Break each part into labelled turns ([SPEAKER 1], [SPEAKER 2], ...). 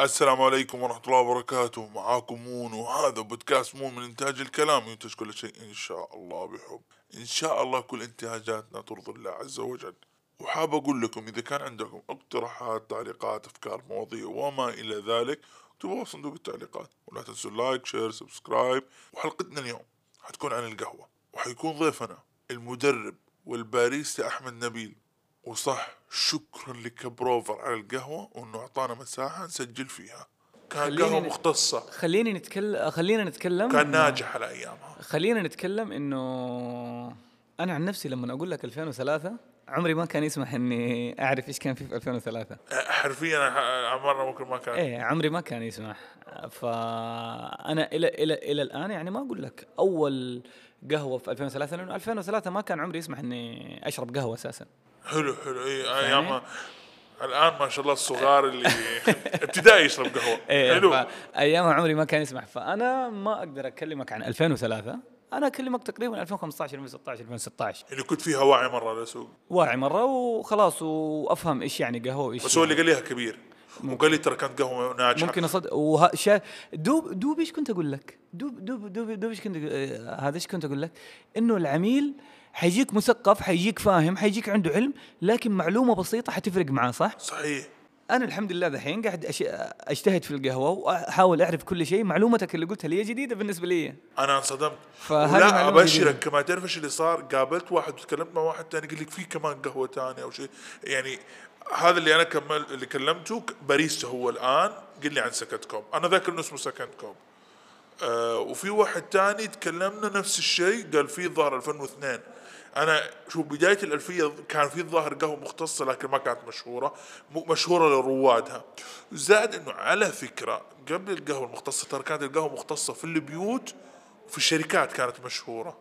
[SPEAKER 1] السلام عليكم ورحمة الله وبركاته معاكم مون وهذا بودكاست مون من إنتاج الكلام ينتج كل شيء إن شاء الله بحب إن شاء الله كل انتهاجاتنا ترضي الله عز وجل وحاب أقول لكم إذا كان عندكم اقتراحات تعليقات أفكار مواضيع وما إلى ذلك اكتبوها في صندوق التعليقات ولا تنسوا اللايك شير سبسكرايب وحلقتنا اليوم حتكون عن القهوة وحيكون ضيفنا المدرب والباريستا أحمد نبيل وصح شكرا لكبروفر على القهوة وانه اعطانا مساحة نسجل فيها كان
[SPEAKER 2] خليني
[SPEAKER 1] قهوة
[SPEAKER 2] ن-
[SPEAKER 1] مختصة
[SPEAKER 2] خليني نتكلم خلينا نتكلم
[SPEAKER 1] كان ناجح على ايامها
[SPEAKER 2] خلينا نتكلم انه انا عن نفسي لما اقول لك 2003 عمري ما كان يسمح اني اعرف ايش كان في في 2003
[SPEAKER 1] حرفيا عمرنا ممكن ما كان
[SPEAKER 2] ايه عمري ما كان يسمح فانا الى الى الى الان يعني ما اقول لك اول قهوه في 2003 لانه 2003 ما كان عمري يسمح اني اشرب قهوه اساسا
[SPEAKER 1] حلو حلو اي ايامها الان ما شاء الله الصغار اللي ابتدائي يشرب قهوه حلو
[SPEAKER 2] ايامها إيه، عمري ما كان يسمح فانا ما اقدر اكلمك عن 2003 انا اكلمك تقريبا 2015 2016 2016
[SPEAKER 1] اللي يعني كنت فيها واعي مره على السوق
[SPEAKER 2] واعي مره وخلاص وافهم ايش يعني قهوه وايش
[SPEAKER 1] بس هو اللي قال ليها كبير وقال لي ترى كانت قهوه ناجحه
[SPEAKER 2] ممكن اصدق وه... شا... دوب دوب ايش كنت اقول لك؟ دوب دوب دوب دوب ايش كنت آه، هذا ايش كنت اقول لك؟ انه العميل حيجيك مثقف حيجيك فاهم حيجيك عنده علم لكن معلومه بسيطه حتفرق معاه صح؟
[SPEAKER 1] صحيح
[SPEAKER 2] انا الحمد لله دحين قاعد أش... اجتهد في القهوه واحاول اعرف كل شيء معلومتك اللي قلتها لي جديده بالنسبه لي
[SPEAKER 1] انا انصدمت
[SPEAKER 2] فهذه
[SPEAKER 1] ولا
[SPEAKER 2] معلومة
[SPEAKER 1] ابشرك
[SPEAKER 2] جديدة.
[SPEAKER 1] كما تعرف ايش اللي صار قابلت واحد وتكلمت مع واحد ثاني قال لك في كمان قهوه ثانيه او شيء يعني هذا اللي انا كمل اللي كلمته ك- باريستا هو الان قال لي عن سكند كوب انا ذاكر انه اسمه سكند كوب آه وفي واحد ثاني تكلمنا نفس الشيء قال في ظهر 2002 انا شو بدايه الالفيه كان في ظاهر قهوه مختصه لكن ما كانت مشهوره مو- مشهوره لروادها زائد انه على فكره قبل القهوه المختصه ترى كانت القهوه مختصه في البيوت وفي الشركات كانت مشهوره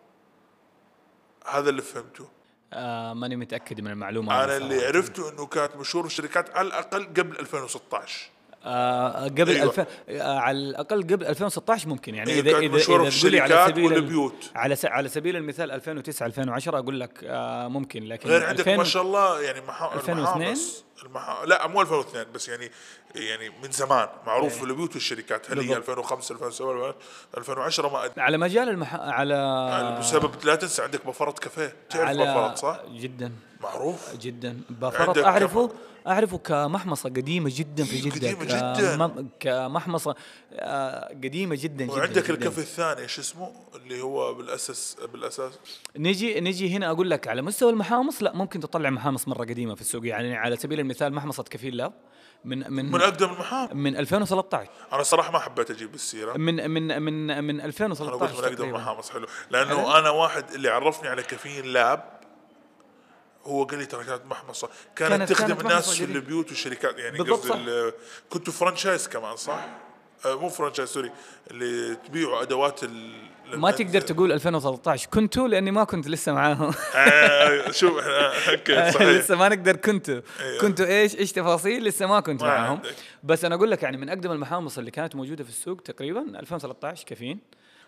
[SPEAKER 1] هذا اللي فهمته
[SPEAKER 2] آه ماني متاكد من المعلومه هذه
[SPEAKER 1] انا اللي
[SPEAKER 2] صراحة.
[SPEAKER 1] عرفته انه كانت مشهوره في الشركات على الاقل قبل 2016
[SPEAKER 2] آه قبل
[SPEAKER 1] أيوة.
[SPEAKER 2] أيوة. الف... آه على الاقل قبل 2016 ممكن يعني
[SPEAKER 1] أيوة،
[SPEAKER 2] اذا
[SPEAKER 1] كانت
[SPEAKER 2] اذا
[SPEAKER 1] مشهورة
[SPEAKER 2] اذا
[SPEAKER 1] في
[SPEAKER 2] تقولي على
[SPEAKER 1] الشركات
[SPEAKER 2] سبيل ال-
[SPEAKER 1] والبيوت.
[SPEAKER 2] على س... على سبيل المثال 2009 2010 اقول لك آه ممكن لكن
[SPEAKER 1] غير عندك
[SPEAKER 2] 2000
[SPEAKER 1] ما شاء الله يعني محا...
[SPEAKER 2] 2002
[SPEAKER 1] المحافظ المحا... لا مو 2002 بس يعني يعني من زمان معروف في البيوت والشركات هل هي
[SPEAKER 2] إيه. بالضبط.
[SPEAKER 1] 2005 2007 2010 ما ادري
[SPEAKER 2] على مجال المح... على
[SPEAKER 1] بسبب لا تنسى عندك بفرط كافيه تعرف بفرط صح؟
[SPEAKER 2] جدا
[SPEAKER 1] معروف
[SPEAKER 2] جدا بفرط
[SPEAKER 1] عندك
[SPEAKER 2] اعرفه اعرفه كمحمصه قديمه جدا في جده
[SPEAKER 1] قديمة
[SPEAKER 2] ك-
[SPEAKER 1] جداً.
[SPEAKER 2] مم- كمحمصه آه قديمه جدا جدا
[SPEAKER 1] وعندك
[SPEAKER 2] جداً.
[SPEAKER 1] الكافيه الثاني ايش اسمه؟ اللي هو بالاساس بالاساس
[SPEAKER 2] نجي نجي هنا اقول لك على مستوى المحامص لا ممكن تطلع محامص مره قديمه في السوق يعني على سبيل المثال محمصه كفيل لاب من
[SPEAKER 1] من
[SPEAKER 2] من
[SPEAKER 1] اقدم المحام
[SPEAKER 2] من 2013
[SPEAKER 1] انا صراحه ما حبيت اجيب السيره
[SPEAKER 2] من من من من
[SPEAKER 1] انا قلت
[SPEAKER 2] 2013
[SPEAKER 1] من اقدم
[SPEAKER 2] تقريباً.
[SPEAKER 1] المحامص حلو لانه انا واحد اللي عرفني على كافيين لاب هو قال لي ترى كانت محمصه كانت,
[SPEAKER 2] كانت-
[SPEAKER 1] تخدم
[SPEAKER 2] كانت
[SPEAKER 1] الناس
[SPEAKER 2] محمصة
[SPEAKER 1] في
[SPEAKER 2] جديد.
[SPEAKER 1] البيوت والشركات يعني
[SPEAKER 2] بالضبط
[SPEAKER 1] قصدي
[SPEAKER 2] صح.
[SPEAKER 1] ال- كنتوا فرانشايز كمان صح؟ آه، مو فرانشايز سوري اللي تبيعوا ادوات ال...
[SPEAKER 2] ما تقدر تقول 2013 كنتوا لاني ما كنت لسه معاهم
[SPEAKER 1] آه، شوف احنا اوكي صحيح إيه.
[SPEAKER 2] لسه ما نقدر كنتوا كنتوا ايش ايش تفاصيل لسه ما كنت
[SPEAKER 1] ما
[SPEAKER 2] معاهم
[SPEAKER 1] عندك.
[SPEAKER 2] بس انا اقول لك يعني من اقدم المحامص اللي كانت موجوده في السوق تقريبا 2013 كفين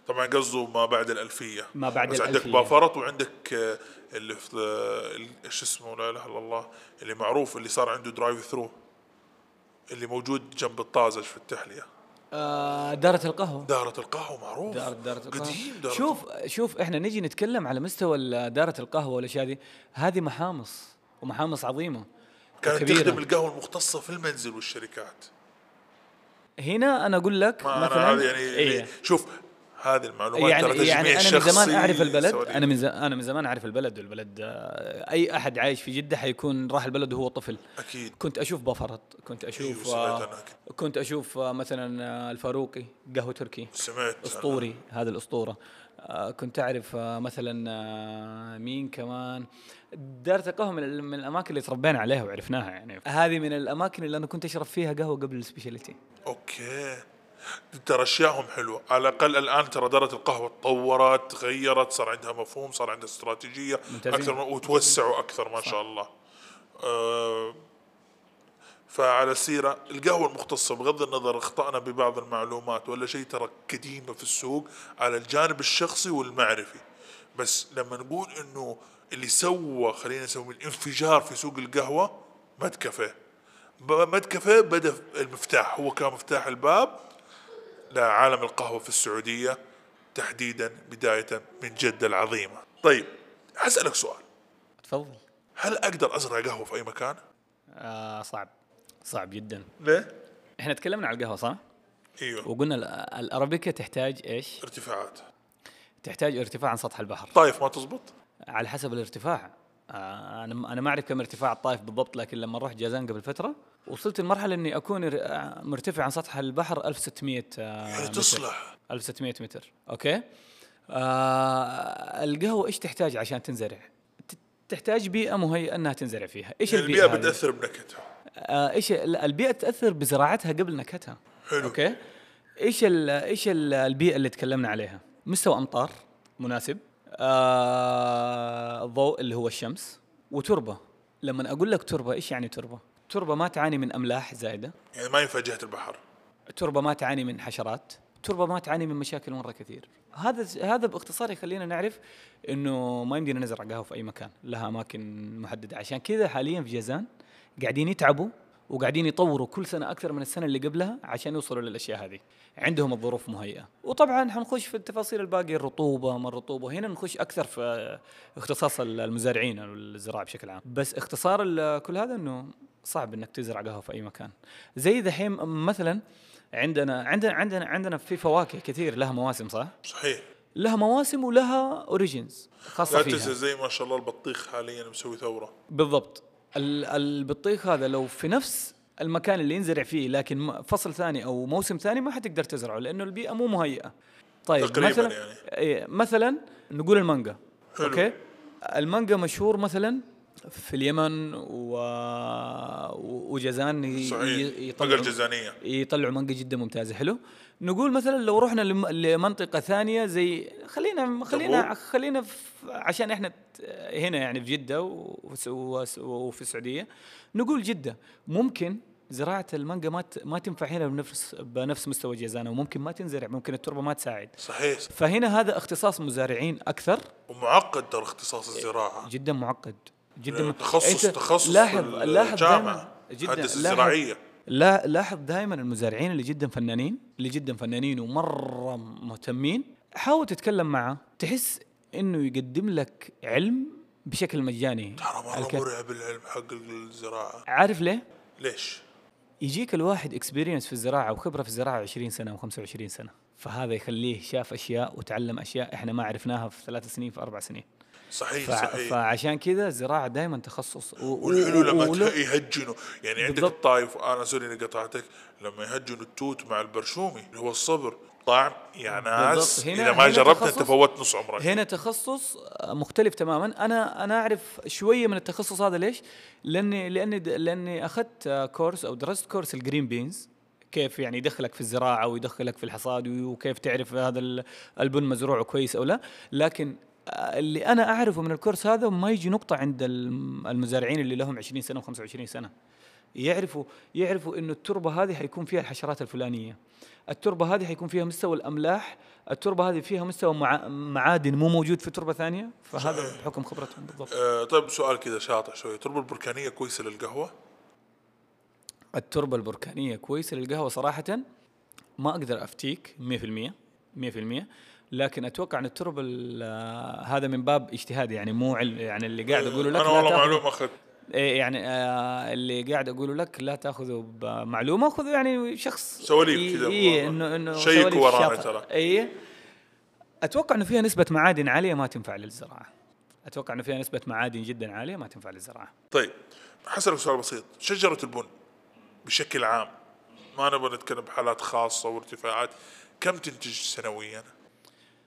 [SPEAKER 1] طبعا قصده ما بعد الالفيه
[SPEAKER 2] ما بعد
[SPEAKER 1] بس عندك
[SPEAKER 2] الألفية.
[SPEAKER 1] بافرط وعندك آه، اللي في آه، ال- ايش اسمه لا اله الا الله اللي معروف اللي صار عنده درايف ثرو اللي موجود جنب الطازج في التحليه
[SPEAKER 2] آه دارة القهوه
[SPEAKER 1] دارة القهوة معروف
[SPEAKER 2] دارة دارة القهوة
[SPEAKER 1] قديم دارة
[SPEAKER 2] شوف شوف احنا نجي نتكلم على مستوى ال- دارة القهوة والاشياء دي هذه محامص ومحامص عظيمة
[SPEAKER 1] كانت
[SPEAKER 2] وكبيرة.
[SPEAKER 1] تخدم القهوة المختصة في المنزل والشركات
[SPEAKER 2] هنا انا اقول لك
[SPEAKER 1] ما
[SPEAKER 2] مثلا
[SPEAKER 1] أنا هذه يعني
[SPEAKER 2] إيه.
[SPEAKER 1] شوف هذه المعلومات ترى
[SPEAKER 2] يعني
[SPEAKER 1] تجميع
[SPEAKER 2] يعني انا من
[SPEAKER 1] شخصي
[SPEAKER 2] زمان اعرف البلد
[SPEAKER 1] سوري.
[SPEAKER 2] انا من ز- انا من زمان اعرف البلد والبلد آه، اي احد عايش في جده حيكون راح البلد وهو طفل
[SPEAKER 1] أكيد
[SPEAKER 2] كنت اشوف بفرط كنت اشوف
[SPEAKER 1] أيوة،
[SPEAKER 2] آه،
[SPEAKER 1] سمعت عنها.
[SPEAKER 2] كنت اشوف آه، مثلا آه، الفاروقي قهوه تركي
[SPEAKER 1] سمعت أنا.
[SPEAKER 2] اسطوري هذا الاسطوره آه، كنت اعرف آه، مثلا آه، مين كمان دارة القهوه من, ال- من الاماكن اللي تربينا عليها وعرفناها يعني هذه من الاماكن اللي انا كنت اشرب فيها قهوه قبل السبيشاليتي
[SPEAKER 1] أوكي ترى أشياءهم حلوة على الأقل الآن ترى دارة القهوة تطورت تغيرت صار عندها مفهوم صار عندها استراتيجية
[SPEAKER 2] ممتازين.
[SPEAKER 1] أكثر من- وتوسعوا أكثر ما شاء الله أه فعلى السيرة القهوة المختصة بغض النظر أخطأنا ببعض المعلومات ولا شيء ترى قديمة في السوق على الجانب الشخصي والمعرفي بس لما نقول أنه اللي سوى خلينا نسوي الانفجار في سوق القهوة مد كافيه ب- مد كافيه بدا المفتاح هو كان مفتاح الباب لعالم القهوه في السعوديه تحديدا بدايه من جده العظيمه. طيب اسالك سؤال
[SPEAKER 2] تفضل
[SPEAKER 1] هل اقدر ازرع قهوه في اي مكان؟
[SPEAKER 2] آه صعب صعب جدا
[SPEAKER 1] ليه؟
[SPEAKER 2] احنا تكلمنا على القهوه صح؟
[SPEAKER 1] ايوه
[SPEAKER 2] وقلنا ال- الارابيكا تحتاج ايش؟
[SPEAKER 1] ارتفاعات
[SPEAKER 2] تحتاج ارتفاع عن سطح البحر
[SPEAKER 1] طايف ما تزبط؟
[SPEAKER 2] على حسب الارتفاع آه، انا انا ما اعرف كم ارتفاع الطائف بالضبط لكن لما رحت جازان قبل فتره وصلت لمرحله اني اكون ر- آه، مرتفع عن سطح البحر 1600 آه،
[SPEAKER 1] يعني
[SPEAKER 2] متر.
[SPEAKER 1] تصلح
[SPEAKER 2] 1600 متر اوكي آه القهوه ايش تحتاج عشان تنزرع ت- تحتاج بيئه مهيئه انها تنزرع فيها ايش
[SPEAKER 1] يعني
[SPEAKER 2] البيئه,
[SPEAKER 1] البيئه
[SPEAKER 2] البيئة
[SPEAKER 1] بتاثر بنكهتها
[SPEAKER 2] آه ايش لا، البيئه تاثر بزراعتها قبل نكهتها
[SPEAKER 1] حلو
[SPEAKER 2] اوكي ايش ال ايش ال البيئه اللي تكلمنا عليها مستوى امطار مناسب آه الضوء اللي هو الشمس وتربه لما اقول لك تربه ايش يعني تربه تربه ما تعاني من املاح زائده
[SPEAKER 1] يعني ما ينفع جهه البحر
[SPEAKER 2] تربه ما تعاني من حشرات تربه ما تعاني من مشاكل مره كثير هذا هذا باختصار يخلينا نعرف انه ما يمدينا نزرع قهوه في اي مكان لها اماكن محدده عشان كذا حاليا في جازان قاعدين يتعبوا وقاعدين يطوروا كل سنه اكثر من السنه اللي قبلها عشان يوصلوا للاشياء هذه عندهم الظروف مهيئه وطبعا حنخش في التفاصيل الباقيه الرطوبه ما الرطوبه هنا نخش اكثر في اختصاص المزارعين او الزراعه بشكل عام بس اختصار ال- كل هذا انه صعب انك تزرع قهوه في اي مكان زي دحين مثلا عندنا عندنا عندنا عندنا في فواكه كثير لها مواسم صح؟
[SPEAKER 1] صحيح
[SPEAKER 2] لها مواسم ولها اوريجنز
[SPEAKER 1] لا
[SPEAKER 2] خاصه
[SPEAKER 1] تنسى
[SPEAKER 2] فيها
[SPEAKER 1] زي ما شاء الله البطيخ حاليا مسوي ثوره
[SPEAKER 2] بالضبط ال- البطيخ هذا لو في نفس المكان اللي ينزرع فيه لكن م- فصل ثاني او موسم ثاني ما حتقدر تزرعه لانه البيئه مو مهيئه طيب
[SPEAKER 1] تقريباً
[SPEAKER 2] مثلا
[SPEAKER 1] يعني.
[SPEAKER 2] إيه، مثلا نقول المانجا
[SPEAKER 1] حلو.
[SPEAKER 2] اوكي المانجا مشهور مثلا في اليمن و... و- وجازان ي-
[SPEAKER 1] صحيح
[SPEAKER 2] ي-
[SPEAKER 1] مقر جزانيه
[SPEAKER 2] يطلعوا مانجا جدا ممتازه حلو نقول مثلا لو رحنا لم- لمنطقه ثانيه زي خلينا خلينا
[SPEAKER 1] تبوك.
[SPEAKER 2] خلينا في- عشان احنا ت- هنا يعني في جده وس- وس- وفي السعوديه نقول جده ممكن زراعه المانجا ما ت- ما تنفع هنا بنفس بنفس مستوى جازان وممكن ما تنزرع ممكن التربه ما تساعد
[SPEAKER 1] صحيح
[SPEAKER 2] فهنا هذا اختصاص مزارعين اكثر
[SPEAKER 1] ومعقد ترى اختصاص
[SPEAKER 2] إيه.
[SPEAKER 1] الزراعه
[SPEAKER 2] جدا معقد جدا
[SPEAKER 1] يعني
[SPEAKER 2] م-
[SPEAKER 1] تخصص
[SPEAKER 2] أنت
[SPEAKER 1] تخصص
[SPEAKER 2] إيه، لاحظ
[SPEAKER 1] ال-
[SPEAKER 2] لاحظ
[SPEAKER 1] الجامعه
[SPEAKER 2] دايماً- جدا
[SPEAKER 1] الهندسه
[SPEAKER 2] لاحظ-
[SPEAKER 1] الزراعيه
[SPEAKER 2] لا لاحظ دائما المزارعين اللي جدا فنانين اللي جدا فنانين ومره مهتمين حاول تتكلم معه تحس انه يقدم لك علم بشكل مجاني
[SPEAKER 1] ترى
[SPEAKER 2] الك-
[SPEAKER 1] مره مرعب العلم حق الزراعه
[SPEAKER 2] عارف ليه؟
[SPEAKER 1] ليش؟
[SPEAKER 2] يجيك الواحد اكسبيرينس في الزراعه وخبره في الزراعه 20 سنه و25 سنه فهذا يخليه شاف اشياء وتعلم اشياء احنا ما عرفناها في ثلاث سنين في اربع سنين
[SPEAKER 1] صحيح
[SPEAKER 2] فع-
[SPEAKER 1] صحيح
[SPEAKER 2] فعشان كذا الزراعه دائما تخصص و- و-
[SPEAKER 1] والحلو
[SPEAKER 2] و-
[SPEAKER 1] لما
[SPEAKER 2] ولو-
[SPEAKER 1] ته- يهجنوا يعني عندك
[SPEAKER 2] بالضبط.
[SPEAKER 1] الطايف انا سوري اني قطعتك لما يهجنوا التوت مع البرشومي اللي هو الصبر طعم يا ناس
[SPEAKER 2] هنا-
[SPEAKER 1] اذا ما
[SPEAKER 2] هنا
[SPEAKER 1] جربت انت
[SPEAKER 2] تخصص.
[SPEAKER 1] فوت نص عمرك
[SPEAKER 2] هنا تخصص آه، مختلف تماما انا انا اعرف شويه من التخصص هذا ليش لاني لاني لاني اخذت آه، كورس او درست كورس الجرين بينز كيف يعني يدخلك في الزراعه ويدخلك في الحصاد وكيف تعرف هذا ال- البن مزروع كويس او لا لكن آه، اللي انا اعرفه من الكورس هذا ما يجي نقطه عند الم- المزارعين اللي لهم 20 سنه و25 سنه يعرفوا يعرفوا انه التربه هذه حيكون فيها الحشرات الفلانيه التربه هذه حيكون فيها مستوى الاملاح التربه هذه فيها مستوى مع... معادن مو موجود في تربه ثانيه فهذا بحكم خبرتهم بالضبط
[SPEAKER 1] آه طيب سؤال كذا شاطح شوي التربه البركانيه كويسه للقهوه
[SPEAKER 2] التربه البركانيه كويسه للقهوه صراحه ما اقدر افتيك 100% 100% لكن اتوقع ان التربه ال- هذا من باب اجتهادي يعني مو علم يعني اللي قاعد اقوله لك
[SPEAKER 1] انا
[SPEAKER 2] لا
[SPEAKER 1] أه، والله
[SPEAKER 2] تاخذ-
[SPEAKER 1] معلومه اخذت
[SPEAKER 2] إيه يعني آه اللي قاعد اقوله لك لا تاخذه بمعلومه خذه يعني شخص
[SPEAKER 1] سواليف
[SPEAKER 2] ي-
[SPEAKER 1] كذا
[SPEAKER 2] إيه
[SPEAKER 1] والله.
[SPEAKER 2] انه انه
[SPEAKER 1] شيك
[SPEAKER 2] سواليف
[SPEAKER 1] ورانا
[SPEAKER 2] شاطر.
[SPEAKER 1] ترى.
[SPEAKER 2] اي اتوقع انه فيها نسبه معادن عاليه ما تنفع للزراعه اتوقع انه فيها نسبه معادن جدا عاليه ما تنفع للزراعه
[SPEAKER 1] طيب حسألك سؤال بسيط شجرة البن بشكل عام ما نبغى نتكلم بحالات خاصة وارتفاعات كم تنتج سنويا؟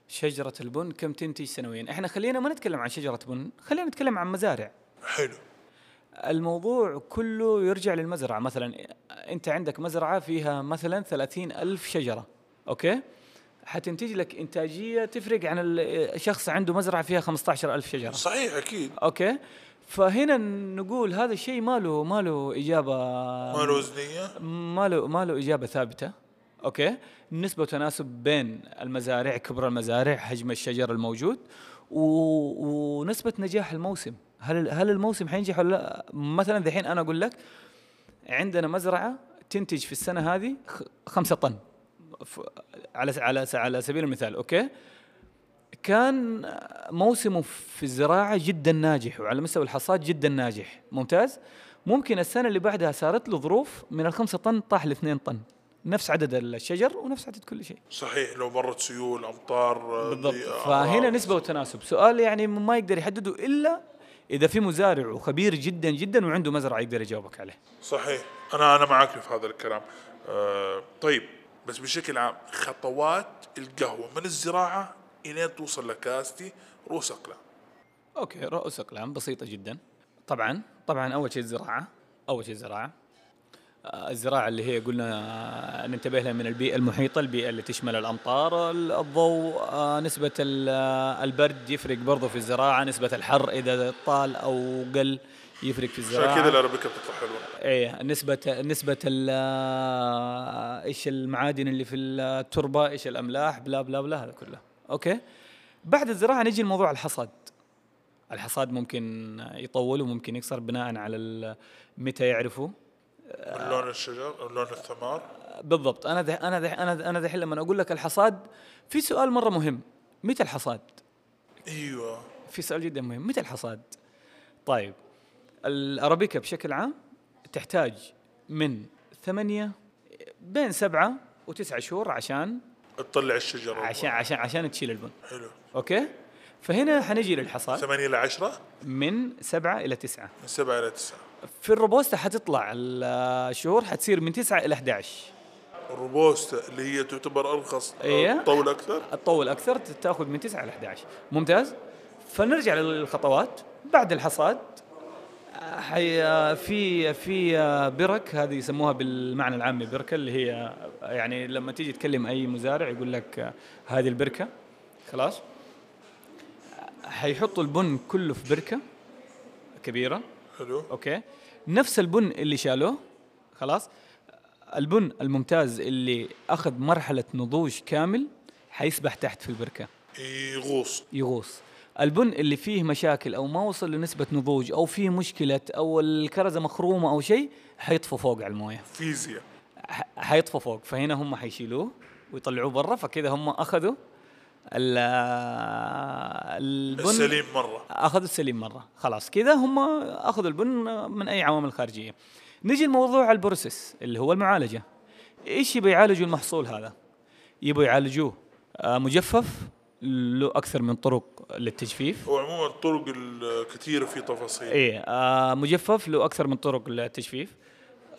[SPEAKER 2] شجره البن كم تنتج سنويا احنا خلينا ما نتكلم عن شجره بن خلينا نتكلم عن مزارع
[SPEAKER 1] حلو
[SPEAKER 2] الموضوع كله يرجع للمزرعة مثلا أنت عندك مزرعة فيها مثلا ثلاثين ألف شجرة أوكي حتنتج لك إنتاجية تفرق عن ال- شخص عنده مزرعة فيها خمسة عشر ألف شجرة
[SPEAKER 1] صحيح أكيد
[SPEAKER 2] أوكي فهنا نقول هذا الشيء ما له ما له إجابة آه.
[SPEAKER 1] ما له وزنية
[SPEAKER 2] ما له ما له اجابه ثابته اوكي نسبه وتناسب بين المزارع كبر المزارع حجم الشجر الموجود و... ونسبه نجاح الموسم هل هل الموسم حينجح ولا لا؟ مثلا دحين انا اقول لك عندنا مزرعه تنتج في السنه هذه خ- خمسة طن ف- على س- على س- على سبيل المثال اوكي كان موسمه في الزراعه جدا ناجح وعلى مستوى الحصاد جدا ناجح ممتاز ممكن السنه اللي بعدها صارت له ظروف من الخمسة طن طاح لاثنين طن نفس عدد الشجر ونفس عدد كل شيء
[SPEAKER 1] صحيح لو مرت سيول امطار آه،
[SPEAKER 2] بالضبط
[SPEAKER 1] ضيق، أعراض.
[SPEAKER 2] فهنا نسبة وتناسب سؤال يعني ما يقدر يحدده إلا إذا في مزارع وخبير جدا جدا وعنده مزرعة يقدر يجاوبك عليه
[SPEAKER 1] صحيح انا انا معك في هذا الكلام آه طيب بس بشكل عام خطوات القهوه من الزراعه الين توصل لكاستي رؤوس اقلام
[SPEAKER 2] أوكي رؤوس أقلام بسيطة جدا طبعا طبعا أول شيء الزراعة أول شيء الزراعة آه، الزراعة اللي هي قلنا آه، ننتبه لها من البيئة المحيطة البيئة اللي تشمل الأمطار ال- الضوء آه، نسبة ال- آه، البرد يفرق برضه في الزراعة نسبة الحر إذا طال أو قل يفرق في الزراعة
[SPEAKER 1] عشان كذا الارابيكا بتطلع حلوه
[SPEAKER 2] ايه نسبة نسبة ال ايش المعادن اللي في التربة، ايش الاملاح بلا بلا بلا هذا كله، اوكي؟ بعد الزراعة نجي لموضوع الحصاد. الحصاد ممكن يطول وممكن يقصر بناء على ال- متى يعرفه آه.
[SPEAKER 1] من لون الشجر من لون الثمار
[SPEAKER 2] بالضبط انا ده انا ده انا ده انا دحين لما اقول لك الحصاد في سؤال مره مهم متى الحصاد؟
[SPEAKER 1] ايوه
[SPEAKER 2] في سؤال جدا مهم متى الحصاد؟ طيب الارابيكا بشكل عام تحتاج من ثمانية بين سبعة وتسعة شهور عشان
[SPEAKER 1] تطلع الشجر
[SPEAKER 2] عشان عشان عشان تشيل البن
[SPEAKER 1] حلو
[SPEAKER 2] اوكي فهنا حنجي للحصاد
[SPEAKER 1] 8 الى 10
[SPEAKER 2] من سبعة إلى تسعة
[SPEAKER 1] من 7 الى 9
[SPEAKER 2] في الروبوستا حتطلع الشهور حتصير من تسعة إلى 11
[SPEAKER 1] الروبوستا اللي هي تعتبر ارخص آه،
[SPEAKER 2] إيه.
[SPEAKER 1] طول اكثر
[SPEAKER 2] تطول أكثر تاخذ من 9 إلى 11 ممتاز فنرجع للخطوات بعد الحصاد آه، حي آه، في في آه، برك هذه يسموها بالمعنى العامي بركه اللي هي آه، يعني لما تيجي تكلم اي مزارع يقول لك آه، هذه البركه خلاص آه، حيحطوا البن كله في بركه كبيره
[SPEAKER 1] حلو
[SPEAKER 2] اوكي نفس البن اللي شالوه خلاص البن الممتاز اللي اخذ مرحله نضوج كامل حيسبح تحت في البركه
[SPEAKER 1] يغوص
[SPEAKER 2] يغوص البن اللي فيه مشاكل او ما وصل لنسبه نضوج او فيه مشكله او الكرزه مخرومه او شيء حيطفو فوق على المويه
[SPEAKER 1] فيزياء
[SPEAKER 2] ح- حيطفو فوق فهنا هم حيشيلوه ويطلعوه برا فكذا هم اخذوا ال- آه، البن
[SPEAKER 1] السليم مره
[SPEAKER 2] اخذوا السليم مره خلاص كذا هم اخذوا البن من اي عوامل خارجيه نجي لموضوع البروسيس اللي هو المعالجه ايش يبي يعالجوا المحصول هذا يبوا يعالجوه آه، مجفف له اكثر من طرق للتجفيف
[SPEAKER 1] هو عموما الطرق الكثيره في تفاصيل
[SPEAKER 2] ايه آه مجفف له اكثر من طرق للتجفيف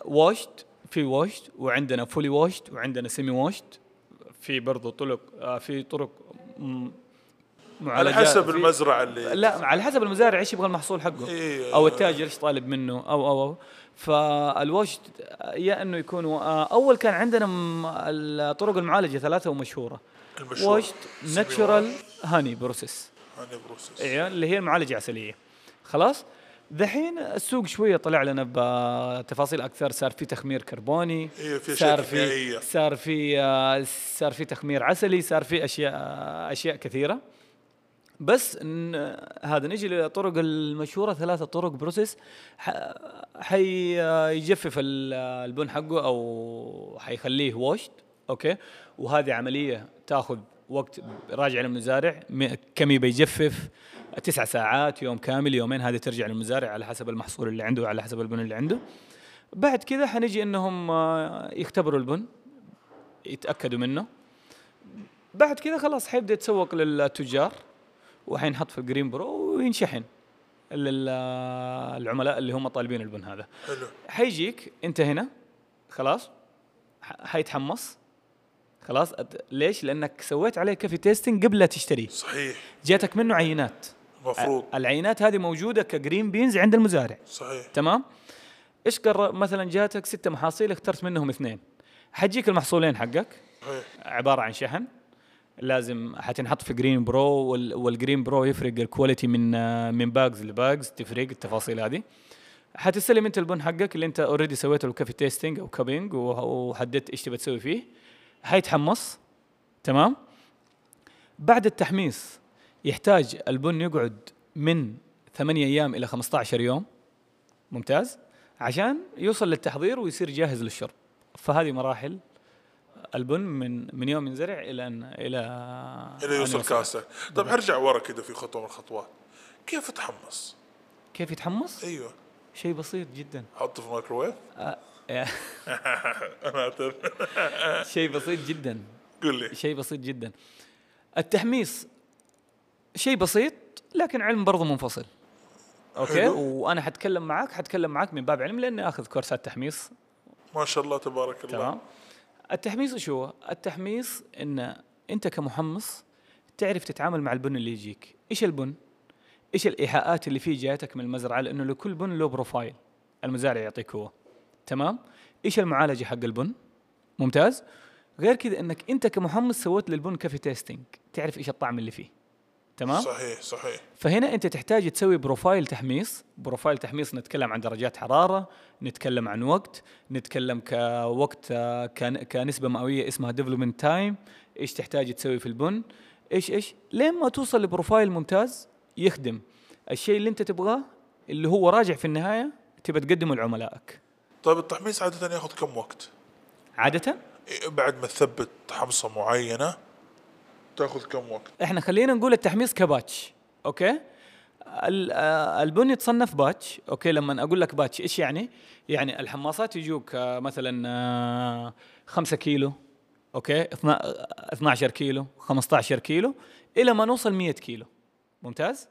[SPEAKER 2] واشت في واشت وعندنا فولي واشت وعندنا سيمي واشت في برضه طرق آه في طرق م-
[SPEAKER 1] على
[SPEAKER 2] معالجات-
[SPEAKER 1] حسب
[SPEAKER 2] في-
[SPEAKER 1] المزرعه اللي
[SPEAKER 2] لا على حسب المزارع ايش يبغى المحصول حقه
[SPEAKER 1] إيه.
[SPEAKER 2] او التاجر ايش طالب منه او او او فالوشت يا انه يكون آه، اول كان عندنا م- ال- طرق المعالجه ثلاثه ومشهوره
[SPEAKER 1] المشروع
[SPEAKER 2] وشت ناتشورال هاني بروسيس
[SPEAKER 1] هاني بروسس
[SPEAKER 2] ايوه اللي هي المعالجه العسليه خلاص دحين السوق شويه طلع لنا بتفاصيل اكثر صار في تخمير كربوني
[SPEAKER 1] إيه، في أشياء
[SPEAKER 2] صار في
[SPEAKER 1] كيميائية.
[SPEAKER 2] صار في آه، صار في تخمير عسلي صار في اشياء آه، اشياء كثيره بس إن آه، هذا نجي للطرق المشهوره ثلاثه طرق بروسيس ح- حيجفف ال- آه، البن حقه او حيخليه واشت اوكي وهذه عمليه تاخذ وقت راجع للمزارع م- كم يبي يجفف تسع ساعات يوم كامل يومين هذه ترجع للمزارع على حسب المحصول اللي عنده على حسب البن اللي عنده بعد كذا حنجي انهم آه، يختبروا البن يتاكدوا منه بعد كذا خلاص حيبدا يتسوق للتجار وحينحط في الجرين برو وينشحن للعملاء اللي هم طالبين البن هذا
[SPEAKER 1] حلو
[SPEAKER 2] حيجيك انت هنا خلاص ح- حيتحمص خلاص أد- ليش لانك سويت عليه كافي تيستنج قبل لا تشتريه
[SPEAKER 1] صحيح
[SPEAKER 2] جاتك منه عينات
[SPEAKER 1] المفروض
[SPEAKER 2] العينات هذه موجوده كجرين بينز عند المزارع
[SPEAKER 1] صحيح
[SPEAKER 2] تمام ايش قرر مثلا جاتك ستة محاصيل اخترت منهم اثنين حجيك المحصولين حقك
[SPEAKER 1] صحيح
[SPEAKER 2] عباره عن شحن لازم حتنحط في جرين برو وال- والجرين برو يفرق الكواليتي من آه، من باجز لباجز تفرق التفاصيل هذه حتستلم انت البن حقك اللي انت اوريدي سويته له كافي تيستنج او كابينج وحددت ايش تبي تسوي فيه حيتحمص تمام بعد التحميص يحتاج البن يقعد من 8 ايام الى 15 يوم ممتاز عشان يوصل للتحضير ويصير جاهز للشرب فهذه مراحل البن من من يوم ينزرع الى ان الى
[SPEAKER 1] الى
[SPEAKER 2] أن
[SPEAKER 1] يوصل
[SPEAKER 2] يوصل.
[SPEAKER 1] كاسه
[SPEAKER 2] نعم.
[SPEAKER 1] طب هرجع ورا كذا في خطوه من الخطوات كيف تحمص؟
[SPEAKER 2] كيف يتحمص؟
[SPEAKER 1] ايوه
[SPEAKER 2] شيء بسيط جدا
[SPEAKER 1] حطه في الميكروويف انا اعترف
[SPEAKER 2] شيء بسيط جدا
[SPEAKER 1] قول لي
[SPEAKER 2] شيء بسيط جدا التحميص شيء بسيط لكن علم برضه منفصل اوكي
[SPEAKER 1] حلو.
[SPEAKER 2] وانا حتكلم معاك حتكلم معاك من باب علم لاني اخذ كورسات تحميص
[SPEAKER 1] ما شاء الله تبارك الله
[SPEAKER 2] تمام التحميص شو هو؟ التحميص ان انت كمحمص تعرف تتعامل مع البن اللي يجيك، ايش البن؟ ايش الايحاءات اللي فيه جايتك من المزرعه لانه لكل بن له بروفايل المزارع يعطيك هو تمام؟ ايش المعالجه حق البن؟ ممتاز؟ غير كذا انك انت كمحمص سويت للبن كافي تيستينج، تعرف ايش الطعم اللي فيه تمام؟
[SPEAKER 1] صحيح صحيح
[SPEAKER 2] فهنا انت تحتاج تسوي بروفايل تحميص بروفايل تحميص نتكلم عن درجات حراره نتكلم عن وقت نتكلم كوقت آه، كن- كنسبه مئويه اسمها ديفلوبمنت تايم ايش تحتاج تسوي في البن ايش ايش لين ما توصل لبروفايل ممتاز يخدم الشيء اللي انت تبغاه اللي هو راجع في النهايه تبى تقدمه لعملائك
[SPEAKER 1] طيب التحميص عاده ياخذ كم وقت؟
[SPEAKER 2] عاده
[SPEAKER 1] إيه، بعد ما تثبت حمصه معينه تاخذ كم وقت؟
[SPEAKER 2] احنا خلينا نقول التحميص كباتش اوكي ال- آه، البن يتصنف باتش اوكي لما اقول لك باتش ايش يعني يعني الحماصات يجوك آه، مثلا 5 كيلو اوكي اثنا- آه، 12 كيلو 15 كيلو الى ما نوصل 100 كيلو ممتاز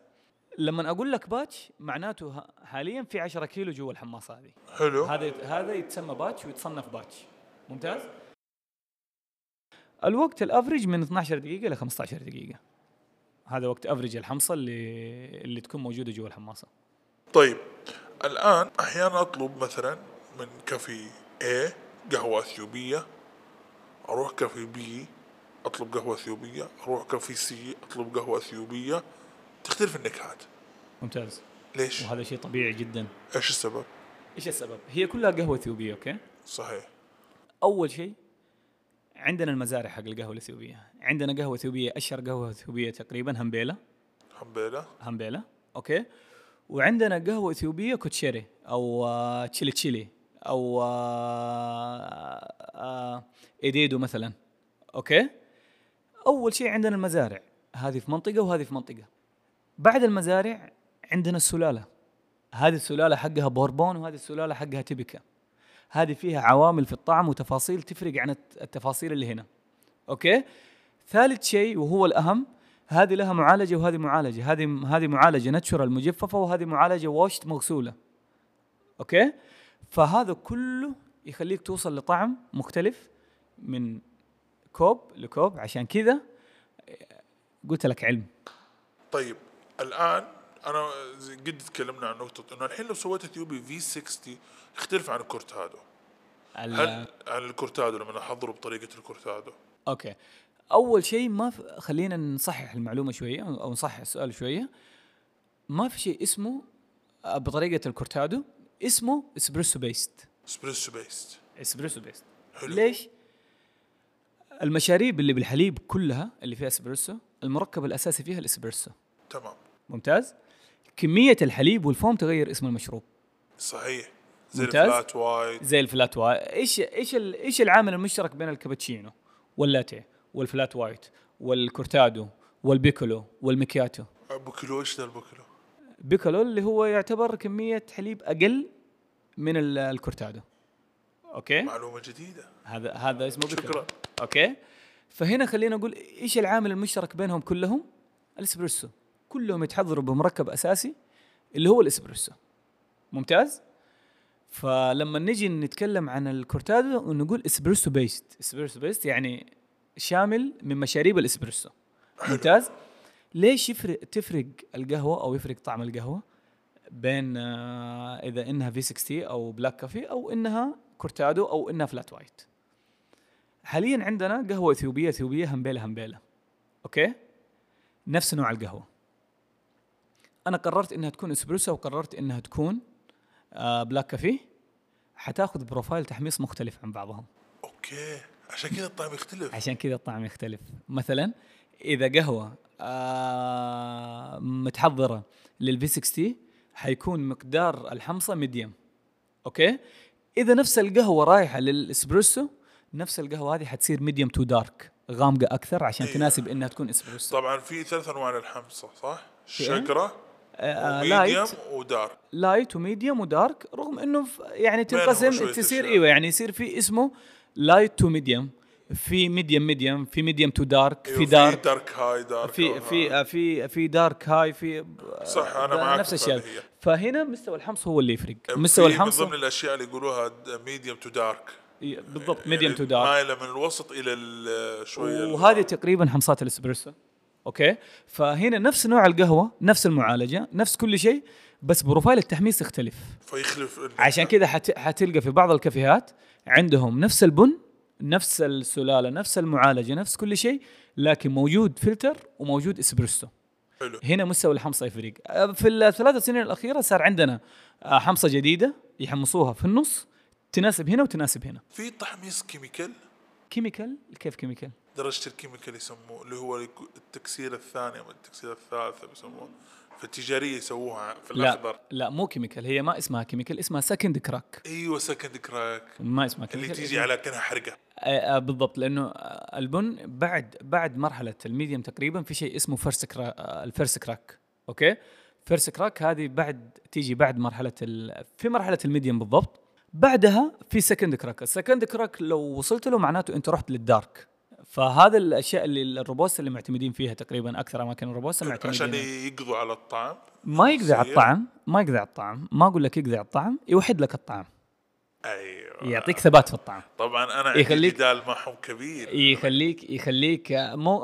[SPEAKER 2] لما اقول لك باتش معناته ه- حاليا في 10 كيلو جوا الحماصه هذه
[SPEAKER 1] حلو
[SPEAKER 2] هذا هذا يتسمى باتش ويتصنف باتش ممتاز الوقت الافرج من 12 دقيقه ل 15 دقيقه هذا وقت افرج الحمصه اللي اللي تكون موجوده جوا الحماصه
[SPEAKER 1] طيب الان احيانا اطلب مثلا من كافي A قهوه اثيوبيه اروح كافي B اطلب قهوه اثيوبيه اروح كافي C اطلب قهوه اثيوبيه تختلف النكهات
[SPEAKER 2] ممتاز
[SPEAKER 1] ليش؟
[SPEAKER 2] وهذا شيء طبيعي جدا
[SPEAKER 1] ايش السبب؟
[SPEAKER 2] ايش السبب هي كلها قهوه اثيوبيه اوكي
[SPEAKER 1] صحيح
[SPEAKER 2] اول شيء عندنا المزارع حق القهوه الاثيوبيه عندنا قهوه اثيوبيه اشهر قهوه اثيوبيه تقريبا همبيله
[SPEAKER 1] الحمد لله
[SPEAKER 2] همبيلا اوكي وعندنا قهوه اثيوبيه كوتشيري او آه، تشيلي تشيلي او آه، آه، ايديدو مثلا اوكي اول شيء عندنا المزارع هذه في منطقه وهذه في منطقه بعد المزارع عندنا السلاله هذه السلاله حقها بوربون وهذه السلاله حقها تيبيكا هذه فيها عوامل في الطعم وتفاصيل تفرق عن الت- التفاصيل اللي هنا اوكي ثالث شيء وهو الاهم هذه لها معالجه وهذه معالجه هذه هذه معالجه ناتشورال مجففه وهذه معالجه واشت مغسوله اوكي فهذا كله يخليك توصل لطعم مختلف من كوب لكوب عشان كذا قلت لك علم
[SPEAKER 1] طيب الان انا زي- قد تكلمنا عن نقطه انه الحين لو سويت اثيوبي في 60 يختلف عن الكورتادو
[SPEAKER 2] ال-
[SPEAKER 1] هل عن الكورتادو لما احضره بطريقه الكورتادو
[SPEAKER 2] اوكي اول شيء ما في خلينا نصحح المعلومه شويه او نصحح السؤال شويه ما في شيء اسمه آه، بطريقه الكورتادو اسمه اسبريسو بيست
[SPEAKER 1] اسبريسو بيست
[SPEAKER 2] اسبريسو بيست
[SPEAKER 1] حلو.
[SPEAKER 2] ليش؟ المشاريب اللي بالحليب كلها اللي فيها اسبريسو المركب الاساسي فيها الاسبريسو
[SPEAKER 1] تمام
[SPEAKER 2] ممتاز؟ كميه الحليب والفوم تغير اسم المشروب
[SPEAKER 1] صحيح زي
[SPEAKER 2] ممتاز.
[SPEAKER 1] الفلات وايت
[SPEAKER 2] زي الفلات وايت ايش ايش ال- ايش العامل المشترك بين الكابتشينو واللاتيه والفلات وايت والكورتادو والبيكولو والمكياتو
[SPEAKER 1] بوكلو ايش ذا البوكلو؟
[SPEAKER 2] بيكولو اللي هو يعتبر كميه حليب اقل من ال- الكورتادو اوكي
[SPEAKER 1] معلومه جديده
[SPEAKER 2] هذا هذا اسمه بيكولو
[SPEAKER 1] شكرا
[SPEAKER 2] اوكي فهنا خلينا نقول ايش العامل المشترك بينهم كلهم الاسبريسو كلهم يتحضروا بمركب اساسي اللي هو الاسبريسو ممتاز فلما نجي نتكلم عن الكورتادو نقول اسبريسو بيست اسبريسو بيست يعني شامل من مشاريب الاسبريسو ممتاز ليش يفرق تفرق القهوه او يفرق طعم القهوه بين آه، اذا انها في 60 او بلاك كافي او انها كورتادو او انها فلات وايت حاليا عندنا قهوه اثيوبيه اثيوبيه همبيله همبيله اوكي نفس نوع القهوه انا قررت انها تكون اسبريسو وقررت انها تكون آه بلاك كافيه حتاخذ بروفايل تحميص مختلف عن بعضهم
[SPEAKER 1] اوكي عشان كذا الطعم يختلف
[SPEAKER 2] عشان كذا الطعم يختلف مثلا اذا قهوه آه متحضره للفي 60 حيكون مقدار الحمصه ميديوم اوكي اذا نفس القهوه رايحه للاسبريسو نفس القهوه هذه حتصير ميديوم تو دارك غامقه اكثر عشان
[SPEAKER 1] إيه.
[SPEAKER 2] تناسب انها تكون اسبريسو
[SPEAKER 1] طبعا في ثلاث انواع للحمصه صح؟
[SPEAKER 2] في إيه؟
[SPEAKER 1] شقره
[SPEAKER 2] آه،
[SPEAKER 1] وميديوم
[SPEAKER 2] لايت
[SPEAKER 1] ودار
[SPEAKER 2] لايت وميديوم ودارك رغم انه ف- يعني
[SPEAKER 1] بينهم شوية
[SPEAKER 2] تنقسم تصير
[SPEAKER 1] أشياء.
[SPEAKER 2] ايوه يعني يصير في اسمه لايت تو ميديوم في ميديوم ميديوم في ميديوم تو دارك
[SPEAKER 1] أيوه،
[SPEAKER 2] في دارك
[SPEAKER 1] أيوة، دارك هاي دارك أيوة.
[SPEAKER 2] في
[SPEAKER 1] هاي.
[SPEAKER 2] في في في دارك هاي في
[SPEAKER 1] صح، أنا معاك
[SPEAKER 2] نفس
[SPEAKER 1] في
[SPEAKER 2] الشيء
[SPEAKER 1] هذه هي.
[SPEAKER 2] فهنا مستوى الحمص هو اللي يفرق
[SPEAKER 1] أيوة، في
[SPEAKER 2] مستوى الحمص
[SPEAKER 1] من ضمن الاشياء اللي يقولوها ميديوم تو دارك
[SPEAKER 2] بالضبط ميديوم تو دارك
[SPEAKER 1] مايله يعني من الوسط الى ال- شويه
[SPEAKER 2] وهذه تقريبا حمصات الاسبريسو اوكي فهنا نفس نوع القهوه نفس المعالجه نفس كل شيء بس بروفايل التحميص يختلف
[SPEAKER 1] فيخلف ال-
[SPEAKER 2] عشان كذا حت... حتلقى في بعض الكافيهات عندهم نفس البن نفس السلاله نفس المعالجه نفس كل شيء لكن موجود فلتر وموجود اسبريسو
[SPEAKER 1] حلو
[SPEAKER 2] هنا مستوى الحمصه يفرق أه، في الثلاث سنين الاخيره صار عندنا أه، حمصه جديده يحمصوها في النص تناسب هنا وتناسب هنا
[SPEAKER 1] في تحميص كيميكال
[SPEAKER 2] كيميكال كيف كيميكال
[SPEAKER 1] درجه الكيميكال يسموه اللي هو التكسير الثاني او التكسير الثالث بيسموه فالتجاريه يسووها في الاخضر
[SPEAKER 2] لا لا مو كيميكال هي ما اسمها كيميكال اسمها سكند كراك
[SPEAKER 1] ايوه سكند كراك
[SPEAKER 2] ما اسمها
[SPEAKER 1] اللي
[SPEAKER 2] كيميكال
[SPEAKER 1] تيجي على كانها حرقه
[SPEAKER 2] آه آه بالضبط لانه آه، البن بعد بعد مرحله الميديم تقريبا في شيء اسمه فرس كراك آه، الفرس كراك اوكي فرس كراك هذه بعد تيجي بعد مرحله ال... في مرحله الميديم بالضبط بعدها في سكند كراك السكند كراك لو وصلت له معناته انت رحت للدارك فهذا الاشياء اللي الروبوستا اللي معتمدين فيها تقريبا اكثر اماكن الروبوستا معتمدين
[SPEAKER 1] عشان يقضوا على الطعم
[SPEAKER 2] ما يقذع
[SPEAKER 1] سيء.
[SPEAKER 2] الطعم ما يقذع الطعم ما اقول لك يقذع الطعم يوحد لك الطعم
[SPEAKER 1] ايوه
[SPEAKER 2] يعطيك ثبات في الطعم
[SPEAKER 1] طبعا انا عندي
[SPEAKER 2] يخليك-
[SPEAKER 1] جدال معهم كبير
[SPEAKER 2] يخليك يخليك مو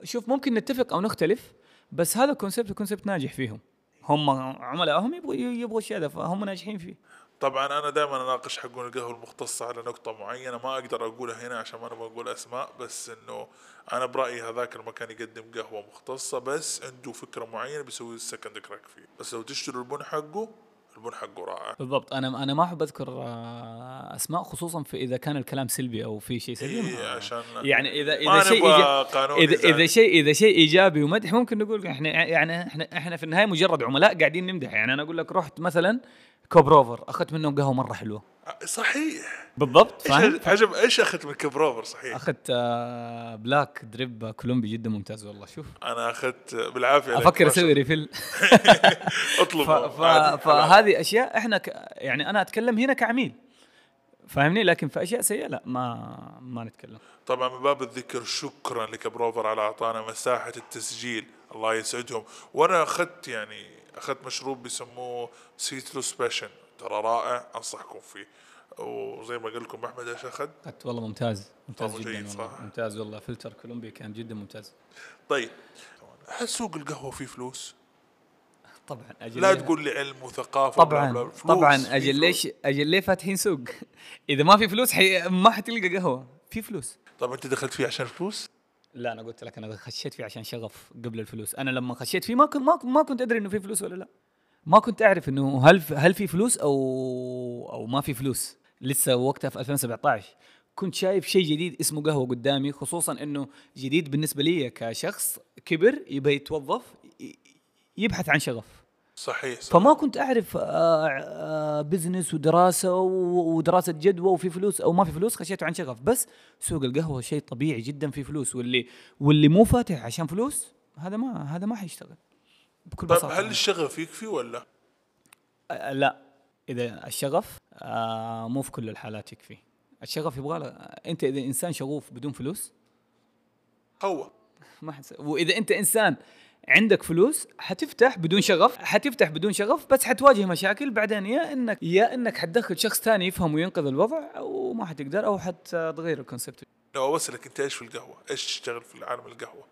[SPEAKER 2] أم- شوف ممكن نتفق او نختلف بس هذا الكونسبت كونسبت ناجح فيهم هم عملائهم يبغوا يبغوا الشيء هذا فهم ناجحين فيه
[SPEAKER 1] طبعا انا دائما اناقش حقون القهوه المختصه على نقطه معينه ما اقدر اقولها هنا عشان ما انا بقول اسماء بس انه انا برايي هذاك المكان يقدم قهوه مختصه بس عنده فكره معينه بيسوي السكند كراك فيه بس لو تشتروا البن حقه البن حقه رائع
[SPEAKER 2] بالضبط انا انا ما احب اذكر آه، اسماء خصوصا في اذا كان الكلام سلبي او في شيء سلبي
[SPEAKER 1] إيه،
[SPEAKER 2] ما-
[SPEAKER 1] عشان
[SPEAKER 2] يعني اذا
[SPEAKER 1] ما
[SPEAKER 2] اذا شيء
[SPEAKER 1] نبغى
[SPEAKER 2] إيجا-
[SPEAKER 1] قانون
[SPEAKER 2] اذا
[SPEAKER 1] يزعل.
[SPEAKER 2] اذا شيء اذا شيء ايجابي ومدح ممكن نقول احنا يعني احنا احنا في النهايه مجرد عملاء قاعدين نمدح يعني انا اقول لك رحت مثلا كوبروفر اخذت منهم قهوه مره حلوه
[SPEAKER 1] صحيح
[SPEAKER 2] بالضبط
[SPEAKER 1] ايش
[SPEAKER 2] فاهم
[SPEAKER 1] عجب ايش اخذت من كبروفر صحيح
[SPEAKER 2] اخذت آه، بلاك دريب كولومبي جدا ممتاز والله شوف
[SPEAKER 1] انا اخذت بالعافيه عليك،
[SPEAKER 2] افكر
[SPEAKER 1] ما
[SPEAKER 2] اسوي
[SPEAKER 1] شاء
[SPEAKER 2] ريفل
[SPEAKER 1] الله. اطلب
[SPEAKER 2] ف... ف...
[SPEAKER 1] عادي، حلال.
[SPEAKER 2] فهذه اشياء احنا ك... يعني انا اتكلم هنا كعميل فاهمني لكن في اشياء سيئه لا ما ما نتكلم
[SPEAKER 1] طبعا من باب الذكر شكرا لكبروفر على اعطانا مساحه التسجيل الله يسعدهم وانا اخذت يعني اخذت مشروب بيسموه سيتروس باشن ترى رائع انصحكم فيه وزي ما قلت لكم احمد ايش اخذ
[SPEAKER 2] أت والله ممتاز ممتاز
[SPEAKER 1] طب
[SPEAKER 2] جدا
[SPEAKER 1] جيد،
[SPEAKER 2] والله
[SPEAKER 1] صح.
[SPEAKER 2] ممتاز والله فلتر كولومبي كان جدا ممتاز
[SPEAKER 1] طيب هل سوق القهوه فيه فلوس؟
[SPEAKER 2] طبعا اجل
[SPEAKER 1] لا
[SPEAKER 2] ليه-
[SPEAKER 1] تقول لي علم وثقافه وبلا بلا.
[SPEAKER 2] طبعا
[SPEAKER 1] فلوس،
[SPEAKER 2] طبعا
[SPEAKER 1] فيه
[SPEAKER 2] اجل
[SPEAKER 1] فلوس.
[SPEAKER 2] ليش اجل ليه فاتحين سوق اذا ما في فلوس حي... ما حتلقى قهوه في فلوس
[SPEAKER 1] طب انت دخلت فيه عشان فلوس؟
[SPEAKER 2] لا انا قلت لك انا خشيت فيه عشان شغف قبل الفلوس انا لما خشيت فيه ما كنت ما, ما كنت ادري انه في فلوس ولا لا ما كنت اعرف انه هل هل في فلوس او او ما في فلوس لسه وقتها في 2017 كنت شايف شيء جديد اسمه قهوه قدامي خصوصا انه جديد بالنسبه لي كشخص كبر يبي يتوظف ي- يبحث عن شغف
[SPEAKER 1] صحيح صحيح
[SPEAKER 2] فما كنت اعرف آه، آه، بزنس ودراسه و- ودراسه جدوى وفي فلوس او ما في فلوس خشيته عن شغف بس سوق القهوه شيء طبيعي جدا في فلوس واللي واللي مو فاتح عشان فلوس هذا ما هذا ما حيشتغل بكل
[SPEAKER 1] طيب
[SPEAKER 2] بساطه
[SPEAKER 1] هل
[SPEAKER 2] يعني.
[SPEAKER 1] الشغف يكفي ولا؟
[SPEAKER 2] آه، لا اذا الشغف آه، مو في كل الحالات يكفي الشغف يبغى له- انت اذا انسان شغوف بدون فلوس
[SPEAKER 1] هو
[SPEAKER 2] ما حس... واذا انت انسان عندك فلوس حتفتح بدون شغف حتفتح بدون شغف بس حتواجه مشاكل بعدين يا انك يا انك حتدخل شخص ثاني يفهم وينقذ الوضع او ما حتقدر او حتغير الكونسبت
[SPEAKER 1] لو اوصلك انت ايش في القهوه؟ ايش تشتغل في عالم القهوه؟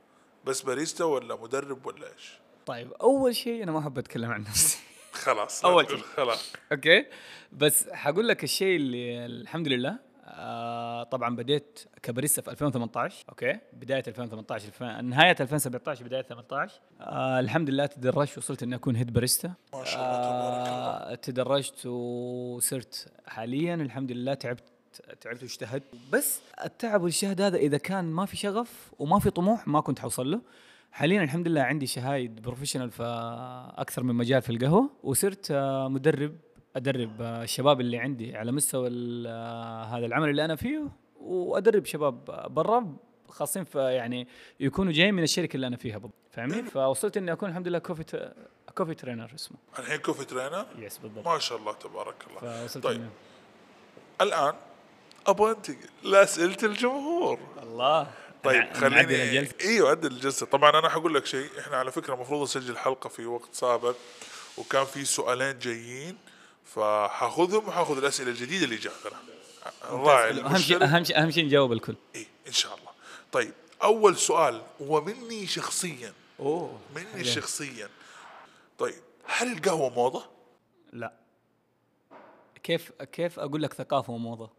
[SPEAKER 1] بس باريستا ولا مدرب ولا ايش؟
[SPEAKER 2] طيب اول شيء انا ما احب اتكلم عن نفسي
[SPEAKER 1] خلاص
[SPEAKER 2] أول
[SPEAKER 1] أقول
[SPEAKER 2] شيء.
[SPEAKER 1] خلاص
[SPEAKER 2] اوكي بس حقول لك الشيء اللي الحمد لله آه طبعا بديت كباريستا في 2018 اوكي بدايه 2018 الف... نهايه 2017 بدايه 18 آه الحمد لله تدرجت وصلت اني اكون هيد باريستا
[SPEAKER 1] ما شاء الله تبارك الله
[SPEAKER 2] آه، تدرجت وصرت حاليا الحمد لله تعبت تعبت واجتهدت بس التعب والاجتهاد هذا اذا كان ما في شغف وما في طموح ما كنت حوصل له حاليا الحمد لله عندي شهايد بروفيشنال في اكثر من مجال في القهوه وصرت آه، مدرب ادرب آه، الشباب اللي عندي على مستوى ال- آه، هذا العمل اللي انا فيه وادرب شباب برا خاصين في يعني يكونوا جايين من الشركه اللي انا فيها بالضبط فاهمني؟ فوصلت اني اكون الحمد لله كوفي ت- كوفي ترينر اسمه
[SPEAKER 1] الحين كوفي ترينر
[SPEAKER 2] يس بالضبط
[SPEAKER 1] ما شاء الله تبارك الله
[SPEAKER 2] فوصلت
[SPEAKER 1] طيب
[SPEAKER 2] إني-
[SPEAKER 1] الان ابغى انتقل لاسئله الجمهور
[SPEAKER 2] الله
[SPEAKER 1] طيب
[SPEAKER 2] نع- نعدل
[SPEAKER 1] خليني
[SPEAKER 2] يعني الجلسة.
[SPEAKER 1] ايوه عدل الجلسه طبعا انا حقول لك شيء احنا على فكره المفروض نسجل حلقه في وقت سابق وكان في سؤالين جايين فحاخذهم وحاخذ الاسئله الجديده اللي جاتنا راعي
[SPEAKER 2] اهم شيء
[SPEAKER 1] المشكلة.
[SPEAKER 2] اهم شيء اهم شيء نجاوب الكل
[SPEAKER 1] إيه ان شاء الله طيب اول سؤال ومني شخصيا
[SPEAKER 2] اوه
[SPEAKER 1] مني شخصيا طيب هل القهوه موضه؟
[SPEAKER 2] لا كيف كيف اقول لك ثقافه وموضه؟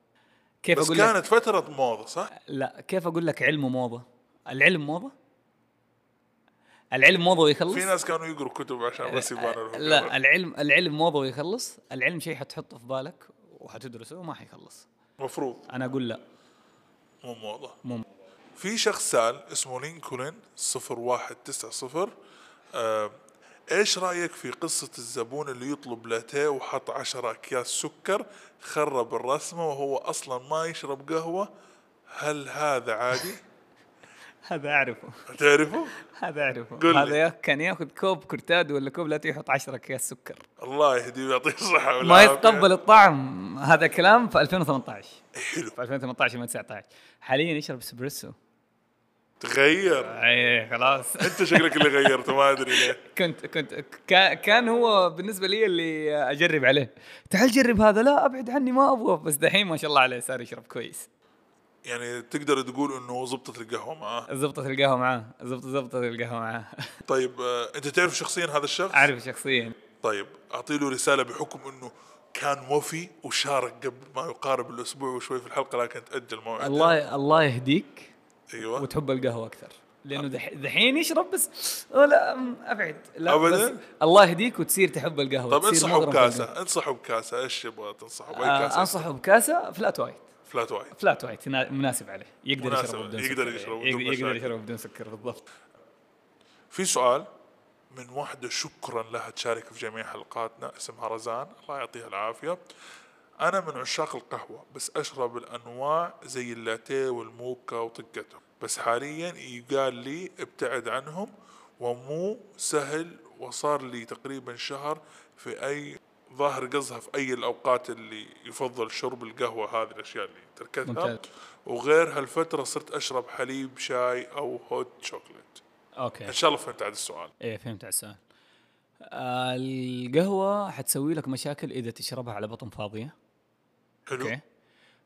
[SPEAKER 2] كيف
[SPEAKER 1] بس
[SPEAKER 2] اقول لك
[SPEAKER 1] كانت فتره موضه صح؟
[SPEAKER 2] لا كيف اقول لك علم وموضه؟ العلم موضه؟ العلم موضه ويخلص؟
[SPEAKER 1] في ناس كانوا يقروا كتب عشان بس يبانوا لهم
[SPEAKER 2] أه، لا
[SPEAKER 1] قهوة.
[SPEAKER 2] العلم العلم موضه ويخلص، العلم شيء حتحطه في بالك وحتدرسه وما حيخلص.
[SPEAKER 1] المفروض
[SPEAKER 2] انا اقول لا
[SPEAKER 1] مو موضه
[SPEAKER 2] مو م-
[SPEAKER 1] في شخص سال اسمه لينكولن 0190 آه، ايش رايك في قصه الزبون اللي يطلب لاتيه وحط 10 اكياس سكر خرب الرسمه وهو اصلا ما يشرب قهوه هل هذا عادي؟
[SPEAKER 2] هذا اعرفه
[SPEAKER 1] تعرفه؟
[SPEAKER 2] هذا اعرفه
[SPEAKER 1] قل لي.
[SPEAKER 2] هذا يا- كان ياخذ كوب كرتاد ولا كوب لا يحط 10 اكياس سكر
[SPEAKER 1] الله يهديه ويعطيه الصحه
[SPEAKER 2] ما
[SPEAKER 1] والعافية.
[SPEAKER 2] يتقبل الطعم هذا كلام في 2018
[SPEAKER 1] حلو
[SPEAKER 2] في 2018 ما 19 حاليا يشرب اسبريسو
[SPEAKER 1] تغير
[SPEAKER 2] اي إيه، خلاص
[SPEAKER 1] انت شكلك اللي غيرته ما ادري ليه
[SPEAKER 2] كنت كنت كا- كان هو بالنسبه لي اللي اجرب عليه تعال جرب هذا لا ابعد عني ما ابغى بس دحين ما شاء الله عليه صار يشرب كويس
[SPEAKER 1] يعني تقدر تقول انه زبطت القهوه معاه
[SPEAKER 2] زبطت القهوه معاه زبطت زبطت القهوه معاه
[SPEAKER 1] طيب آه، انت تعرف شخصيا هذا الشخص؟
[SPEAKER 2] اعرفه شخصيا
[SPEAKER 1] طيب اعطي له رساله بحكم انه كان وفي وشارك قبل ما يقارب الاسبوع وشوي في الحلقه لكن تاجل موعده
[SPEAKER 2] الله الله يهديك
[SPEAKER 1] ايوه
[SPEAKER 2] وتحب القهوه اكثر لانه دح- دحين يشرب بس أو لا أم، ابعد لا طيب،
[SPEAKER 1] أبداً؟
[SPEAKER 2] بس الله يهديك وتصير تحب القهوه
[SPEAKER 1] طب
[SPEAKER 2] تصير
[SPEAKER 1] انصحه
[SPEAKER 2] مغرم في
[SPEAKER 1] بكاسه انصحه بكاسه ايش يبغى تنصحه باي
[SPEAKER 2] القهوة. آه،
[SPEAKER 1] كاسه
[SPEAKER 2] انصحه بكاسه فلات وايت
[SPEAKER 1] فلات وايت
[SPEAKER 2] فلات وايت ينا- مناسب عليه يقدر
[SPEAKER 1] مناسب
[SPEAKER 2] يشربه بدون
[SPEAKER 1] يقدر
[SPEAKER 2] سكر.
[SPEAKER 1] يشربه بدون
[SPEAKER 2] يقدر- يقدر
[SPEAKER 1] مشاكل.
[SPEAKER 2] يشربه بدون سكر بالضبط
[SPEAKER 1] في سؤال من واحده شكرا لها تشارك في جميع حلقاتنا اسمها رزان الله يعطيها العافيه انا من عشاق القهوه بس اشرب الانواع زي اللاتيه والموكا وطقتهم بس حاليا يقال لي ابتعد عنهم ومو سهل وصار لي تقريبا شهر في اي ظاهر قصها في اي الاوقات اللي يفضل شرب القهوه هذه الاشياء اللي تركتها
[SPEAKER 2] ممتاز.
[SPEAKER 1] وغير هالفتره صرت اشرب حليب شاي او هوت شوكليت
[SPEAKER 2] اوكي
[SPEAKER 1] ان شاء الله فهمت عاد السؤال
[SPEAKER 2] ايه فهمت على السؤال آه، القهوة حتسوي لك مشاكل إذا تشربها على بطن فاضية
[SPEAKER 1] حلو
[SPEAKER 2] أوكي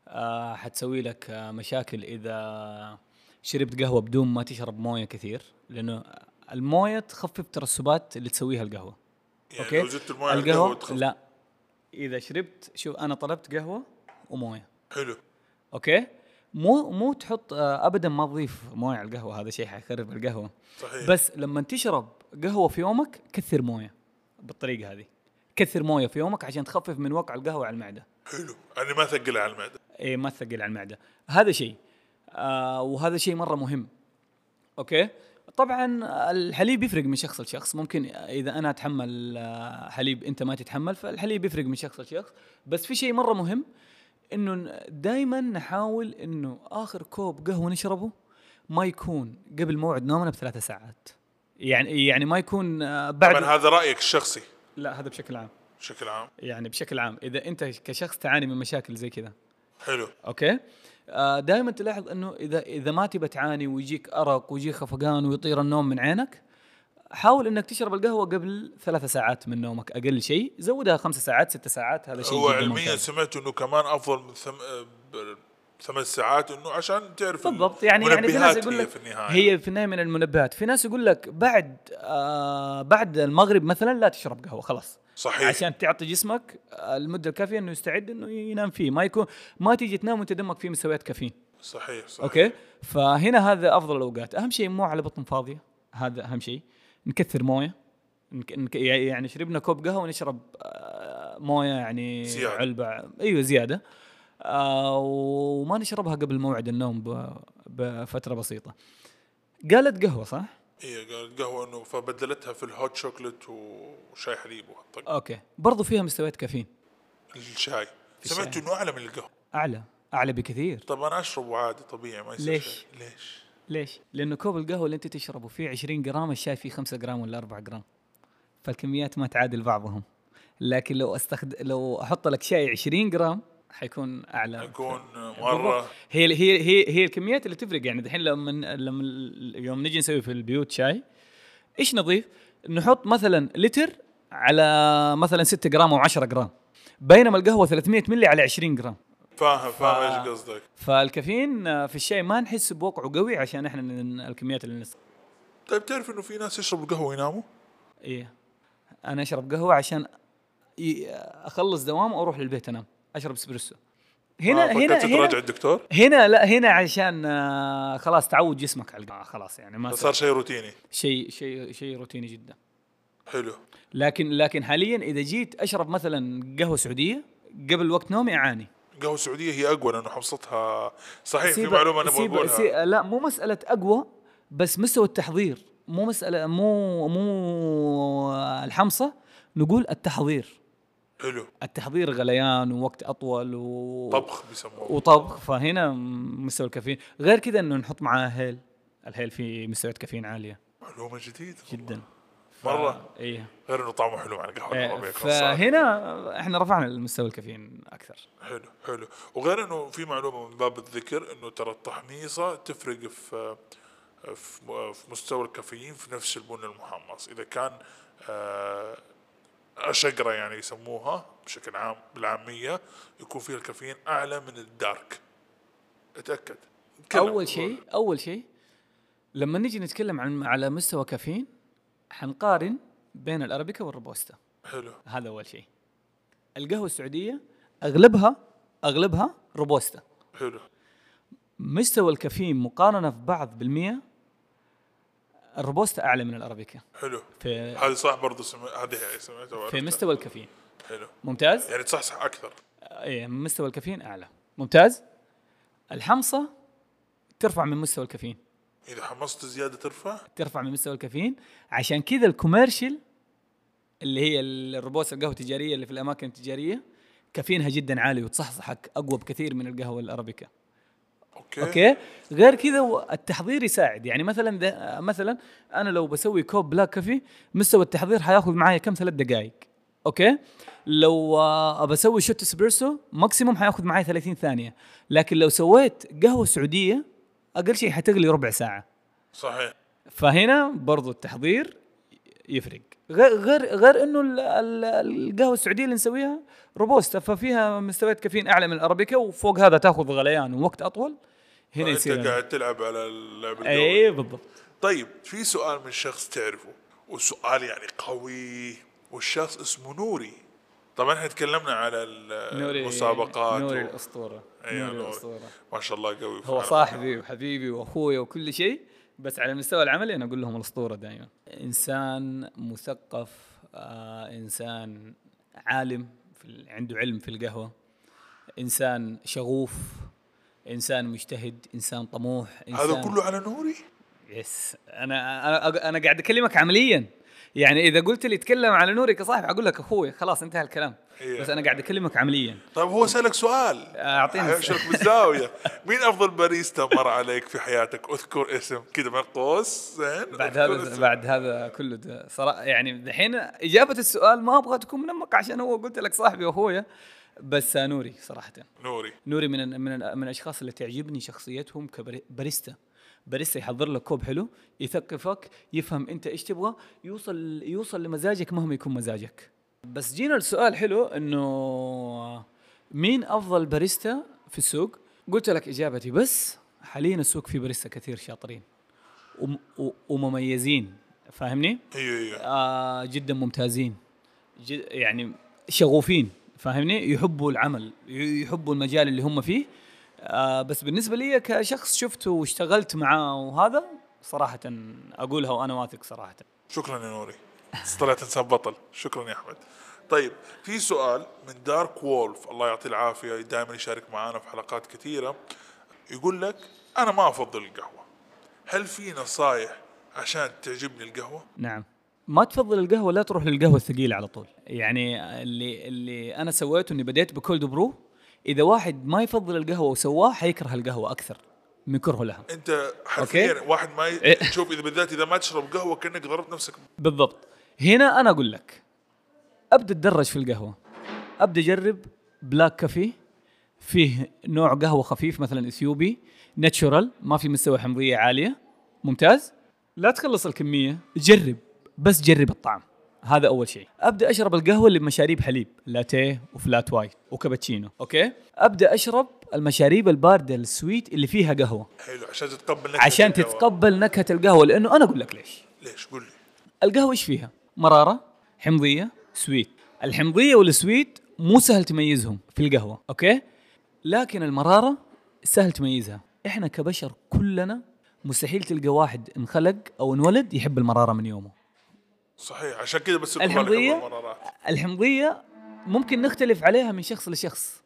[SPEAKER 2] آه، حتسوي لك آه، مشاكل إذا شربت قهوة بدون ما تشرب موية كثير لأنه الموية تخفف ترسبات اللي تسويها القهوة
[SPEAKER 1] يعني لو زدت المويه على القهوه
[SPEAKER 2] القهوة
[SPEAKER 1] تخف
[SPEAKER 2] لا إذا شربت شوف أنا طلبت قهوة وموية
[SPEAKER 1] حلو
[SPEAKER 2] أوكي مو مو تحط آه، أبدا ما تضيف موية على القهوة هذا شيء حيخرب القهوة
[SPEAKER 1] صحيح
[SPEAKER 2] بس لما تشرب قهوه في يومك كثر مويه بالطريقه هذه كثر مويه في يومك عشان تخفف من وقع القهوه على المعده
[SPEAKER 1] حلو يعني ما ثقل على المعده
[SPEAKER 2] اي إيه، ما تثقل على المعده هذا شيء آه وهذا شيء مره مهم اوكي طبعا الحليب يفرق من شخص لشخص ممكن اذا انا اتحمل آه، حليب انت ما تتحمل فالحليب يفرق من شخص لشخص بس في شيء مره مهم انه دائما نحاول انه اخر كوب قهوه نشربه ما يكون قبل موعد نومنا بثلاثة ساعات يعني يعني ما يكون آه،
[SPEAKER 1] طبعا
[SPEAKER 2] بعد
[SPEAKER 1] هذا رايك الشخصي
[SPEAKER 2] لا هذا بشكل عام
[SPEAKER 1] بشكل عام
[SPEAKER 2] يعني بشكل عام اذا انت كشخص تعاني من مشاكل زي كذا
[SPEAKER 1] حلو
[SPEAKER 2] اوكي آه دائما تلاحظ انه اذا اذا ما تبى تعاني ويجيك ارق ويجيك خفقان ويطير النوم من عينك حاول انك تشرب القهوه قبل ثلاثة ساعات من نومك اقل شيء زودها خمسة ساعات ستة ساعات هذا شيء
[SPEAKER 1] هو
[SPEAKER 2] جداً
[SPEAKER 1] علميا
[SPEAKER 2] ممتاز.
[SPEAKER 1] سمعت انه كمان افضل من ثم... آه، ب- ثمان ساعات انه عشان تعرف
[SPEAKER 2] بالضبط يعني يعني في ناس
[SPEAKER 1] المنبهات
[SPEAKER 2] يقول
[SPEAKER 1] هي
[SPEAKER 2] لك
[SPEAKER 1] في النهايه هي
[SPEAKER 2] هي في النهايه من المنبهات في ناس يقول لك بعد آه بعد المغرب مثلا لا تشرب قهوه خلاص
[SPEAKER 1] صحيح عشان
[SPEAKER 2] عشان تعطي جسمك آه، المده الكافيه انه يستعد انه ينام فيه ما يكون ما تيجي تنام وانت دمك فيه مستويات كافيين
[SPEAKER 1] صحيح صحيح
[SPEAKER 2] اوكي فهنا هذا افضل الاوقات اهم شيء مو على بطن فاضيه هذا اهم شيء نكثر مويه نك... نك... يعني شربنا كوب قهوه ونشرب آه، مويه يعني
[SPEAKER 1] زيادة.
[SPEAKER 2] علبه ايوه زياده آه، وما نشربها قبل موعد النوم ب... بفتره بسيطه قالت قهوه صح
[SPEAKER 1] هي قالت قهوه انه فبدلتها في الهوت شوكليت وشاي حليب وهالطق
[SPEAKER 2] اوكي برضو فيها مستويات كافيين
[SPEAKER 1] الشاي
[SPEAKER 3] في
[SPEAKER 1] سمعت
[SPEAKER 3] الشاي.
[SPEAKER 1] انه اعلى من القهوه
[SPEAKER 3] اعلى اعلى بكثير
[SPEAKER 1] طب انا اشربه عادي طبيعي ما يصير
[SPEAKER 3] ليش؟
[SPEAKER 1] شيء ليش؟
[SPEAKER 3] ليش؟
[SPEAKER 2] لانه كوب القهوه اللي انت تشربه فيه 20 جرام الشاي فيه 5 جرام ولا 4 جرام فالكميات ما تعادل بعضهم لكن لو استخد... لو احط لك شاي 20 جرام حيكون اعلى
[SPEAKER 1] يكون
[SPEAKER 2] بالضبط.
[SPEAKER 1] مره
[SPEAKER 2] هي هي هي هي الكميات اللي تفرق يعني دحين لما لما ال- يوم نجي نسوي في البيوت شاي ايش نضيف؟ نحط مثلا لتر على مثلا 6 جرام او 10 جرام بينما القهوه 300 ملي على 20 جرام
[SPEAKER 1] فاهم فاهم ايش قصدك
[SPEAKER 2] فالكافيين آه، في الشاي ما نحس بوقعه قوي عشان احنا ن- الكميات اللي نص
[SPEAKER 1] طيب تعرف انه في ناس يشربوا القهوه يناموا؟
[SPEAKER 2] ايه انا اشرب قهوه عشان ي- اخلص دوام واروح للبيت انام اشرب اسبريسو هنا
[SPEAKER 1] آه، فكرت
[SPEAKER 2] هنا هنا
[SPEAKER 1] تراجع الدكتور؟
[SPEAKER 2] هنا لا هنا عشان آه، خلاص تعود جسمك على القهوة. آه، خلاص يعني ما
[SPEAKER 1] صار شيء روتيني
[SPEAKER 2] شيء شيء شيء روتيني جدا
[SPEAKER 1] حلو
[SPEAKER 2] لكن لكن حاليا اذا جيت اشرب مثلا قهوه سعوديه قبل وقت نومي اعاني
[SPEAKER 1] قهوه سعوديه هي اقوى لانه حمصتها صحيح في
[SPEAKER 2] سيبك-
[SPEAKER 1] معلومه انا
[SPEAKER 2] سيبك-
[SPEAKER 1] بقولها
[SPEAKER 2] سي- لا مو مساله اقوى بس مستوى التحضير مو مساله مو مو الحمصه نقول التحضير
[SPEAKER 1] حلو
[SPEAKER 2] التحضير غليان ووقت اطول و...
[SPEAKER 1] طبخ بيسموه
[SPEAKER 2] وطبخ فهنا م- مستوى الكافيين غير كذا انه نحط معاه هيل الهيل فيه مستويات كافيين عاليه
[SPEAKER 1] معلومه جديده
[SPEAKER 2] جدا
[SPEAKER 1] مره
[SPEAKER 2] ايه
[SPEAKER 1] غير انه طعمه حلو مع القهوه
[SPEAKER 2] إيه،
[SPEAKER 1] العربيه كمان صار.
[SPEAKER 2] فهنا احنا رفعنا المستوى الكافيين اكثر
[SPEAKER 1] حلو حلو وغير انه في معلومه من باب الذكر انه ترى التحميصه تفرق في في في مستوى الكافيين في نفس البن المحمص اذا كان آه، اشقره يعني يسموها بشكل عام بالعاميه يكون فيها الكافيين اعلى من الدارك اتاكد كلام.
[SPEAKER 2] اول شيء اول شيء لما نجي نتكلم عن على مستوى كافيين حنقارن بين الارابيكا والروبوستا
[SPEAKER 1] حلو
[SPEAKER 2] هذا اول شيء القهوه السعوديه اغلبها اغلبها روبوستا
[SPEAKER 1] حلو
[SPEAKER 2] مستوى الكافيين مقارنه في بعض بالمية الروبوستا اعلى من الارابيكا
[SPEAKER 1] حلو
[SPEAKER 2] في
[SPEAKER 1] هذه صح برضه سم... هذه سمعتها
[SPEAKER 2] في
[SPEAKER 1] وعرفتها.
[SPEAKER 2] مستوى الكافيين
[SPEAKER 1] حلو
[SPEAKER 2] ممتاز
[SPEAKER 1] يعني تصحصح اكثر
[SPEAKER 2] ايه مستوى الكافيين اعلى ممتاز الحمصه ترفع من مستوى الكافيين
[SPEAKER 1] اذا حمصت زياده ترفع
[SPEAKER 2] ترفع من مستوى الكافيين عشان كذا الكوميرشل اللي هي الروبوس القهوه التجاريه اللي في الاماكن التجاريه كافيينها جدا عالي وتصحصحك اقوى بكثير من القهوه الارابيكا
[SPEAKER 1] اوكي
[SPEAKER 2] اوكي غير كذا و- التحضير يساعد يعني مثلا ده مثلا انا لو بسوي كوب بلاك كافي مستوى التحضير حياخذ معايا كم ثلاث دقائق اوكي لو آه، بسوي شوت اسبريسو ماكسيموم حياخذ معايا 30 ثانيه لكن لو سويت قهوه سعوديه اقل شيء حتغلي ربع ساعه
[SPEAKER 1] صحيح
[SPEAKER 2] فهنا برضو التحضير يفرق غير غير غير انه ال- ال- القهوه السعوديه اللي نسويها روبوستا ففيها مستويات كافيين اعلى من الارابيكا وفوق هذا تاخذ غليان ووقت اطول هنا
[SPEAKER 1] انت
[SPEAKER 2] يصير
[SPEAKER 1] قاعد تلعب على اللعب الجوي.
[SPEAKER 2] اي بالضبط
[SPEAKER 1] طيب في سؤال من شخص تعرفه وسؤال يعني قوي والشخص اسمه نوري طبعا احنا تكلمنا على ال-
[SPEAKER 2] نوري
[SPEAKER 1] المسابقات
[SPEAKER 2] نوري
[SPEAKER 1] و...
[SPEAKER 2] الاسطوره
[SPEAKER 1] أيوة،
[SPEAKER 2] نوري
[SPEAKER 1] نوري.
[SPEAKER 2] الاسطوره
[SPEAKER 1] ما شاء الله قوي
[SPEAKER 2] هو
[SPEAKER 1] فعلا.
[SPEAKER 2] صاحبي وحبيبي واخوي وكل شيء بس على المستوى العملي انا اقول لهم الاسطوره دائما انسان مثقف آه انسان عالم في ال- عنده علم في القهوه انسان شغوف انسان مجتهد انسان طموح انسان
[SPEAKER 1] هذا كله على نوري
[SPEAKER 2] يس انا انا انا قاعد اكلمك عمليا يعني اذا قلت لي تكلم على نوري كصاحب اقول لك اخوي خلاص انتهى الكلام
[SPEAKER 1] إيه.
[SPEAKER 2] بس انا قاعد اكلمك عمليا
[SPEAKER 1] طيب هو سألك سؤال
[SPEAKER 2] أعطيني
[SPEAKER 1] حيشرك بالزاوية مين أفضل باريستا مر عليك في حياتك اذكر اسم كذا بين قوسين
[SPEAKER 2] بعد
[SPEAKER 1] اذكر
[SPEAKER 2] هذا
[SPEAKER 1] اسم.
[SPEAKER 2] بعد هذا كله ده صراحه يعني دحين اجابه السؤال ما ابغى تكون منمقه عشان هو قلت لك صاحبي واخويا بس نوري صراحه
[SPEAKER 1] نوري
[SPEAKER 2] نوري من من من الاشخاص اللي تعجبني شخصيتهم كباريستا باريستا يحضر لك كوب حلو يثقفك يفهم انت ايش تبغى يوصل يوصل لمزاجك مهما يكون مزاجك بس جينا السؤال حلو انه مين افضل باريستا في السوق قلت لك اجابتي بس حاليا السوق فيه باريستا كثير شاطرين وم- و- ومميزين فاهمني
[SPEAKER 1] ايوه ايوه
[SPEAKER 2] آه جدا ممتازين جد يعني شغوفين فاهمني يحبوا العمل ي- يحبوا المجال اللي هم فيه آه بس بالنسبه لي كشخص شفته واشتغلت معاه وهذا صراحه اقولها وانا واثق صراحه
[SPEAKER 1] شكرا يا نوري طلعت انسان بطل شكرا يا احمد طيب في سؤال من دارك وولف الله يعطيه العافيه دائما يشارك معنا في حلقات كثيره يقول لك انا ما افضل القهوه هل في نصايح عشان تعجبني القهوه
[SPEAKER 2] نعم ما تفضل القهوه لا تروح للقهوه الثقيله على طول يعني اللي اللي انا سويته اني بديت بكولد برو اذا واحد ما يفضل القهوه وسواه حيكره القهوه اكثر من كرهه لها
[SPEAKER 1] انت حرفيا
[SPEAKER 2] أوكي.
[SPEAKER 1] واحد ما ي...
[SPEAKER 2] إيه.
[SPEAKER 1] شوف اذا بالذات اذا ما تشرب قهوه كانك ضربت نفسك
[SPEAKER 2] بالضبط هنا انا اقول لك ابدا اتدرج في القهوه ابدا اجرب بلاك كافي فيه نوع قهوه خفيف مثلا اثيوبي ناتشورال ما في مستوى حمضيه عاليه ممتاز لا تخلص الكميه جرب بس جرب الطعم هذا اول شيء ابدا اشرب القهوه اللي بمشاريب حليب لاتيه وفلات وايت وكابتشينو اوكي ابدا اشرب المشاريب البارده السويت اللي فيها قهوه
[SPEAKER 1] حلو عشان تتقبل نكهة
[SPEAKER 2] عشان
[SPEAKER 1] القهوة.
[SPEAKER 2] تتقبل نكهه القهوه لانه انا اقول لك ليش
[SPEAKER 1] ليش قول لي
[SPEAKER 2] القهوة ايش فيها؟ مرارة، حمضية، سويت. الحمضية والسويت مو سهل تميزهم في القهوة، اوكي؟ لكن المرارة سهل تميزها. احنا كبشر كلنا مستحيل تلقى واحد انخلق او انولد يحب المرارة من يومه.
[SPEAKER 1] صحيح عشان كذا بس يقولوا
[SPEAKER 2] الحمضية
[SPEAKER 1] عليها مرارات.
[SPEAKER 2] الحمضية ممكن نختلف عليها من شخص لشخص.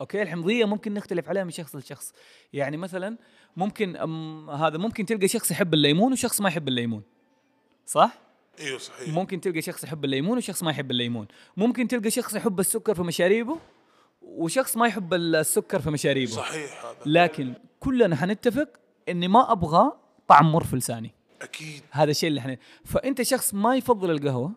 [SPEAKER 2] اوكي الحمضية ممكن نختلف عليها من شخص لشخص. يعني مثلا ممكن أم هذا ممكن تلقى شخص يحب الليمون وشخص ما يحب الليمون. صح؟
[SPEAKER 1] ايوه صحيح
[SPEAKER 2] ممكن تلقى شخص يحب الليمون وشخص ما يحب الليمون ممكن تلقى شخص يحب السكر في مشاريبه وشخص ما يحب السكر في مشاريبه
[SPEAKER 1] صحيح هذا
[SPEAKER 2] لكن كلنا حنتفق اني ما ابغى طعم مر في لساني
[SPEAKER 1] اكيد
[SPEAKER 2] هذا الشيء اللي احنا فانت شخص ما يفضل القهوه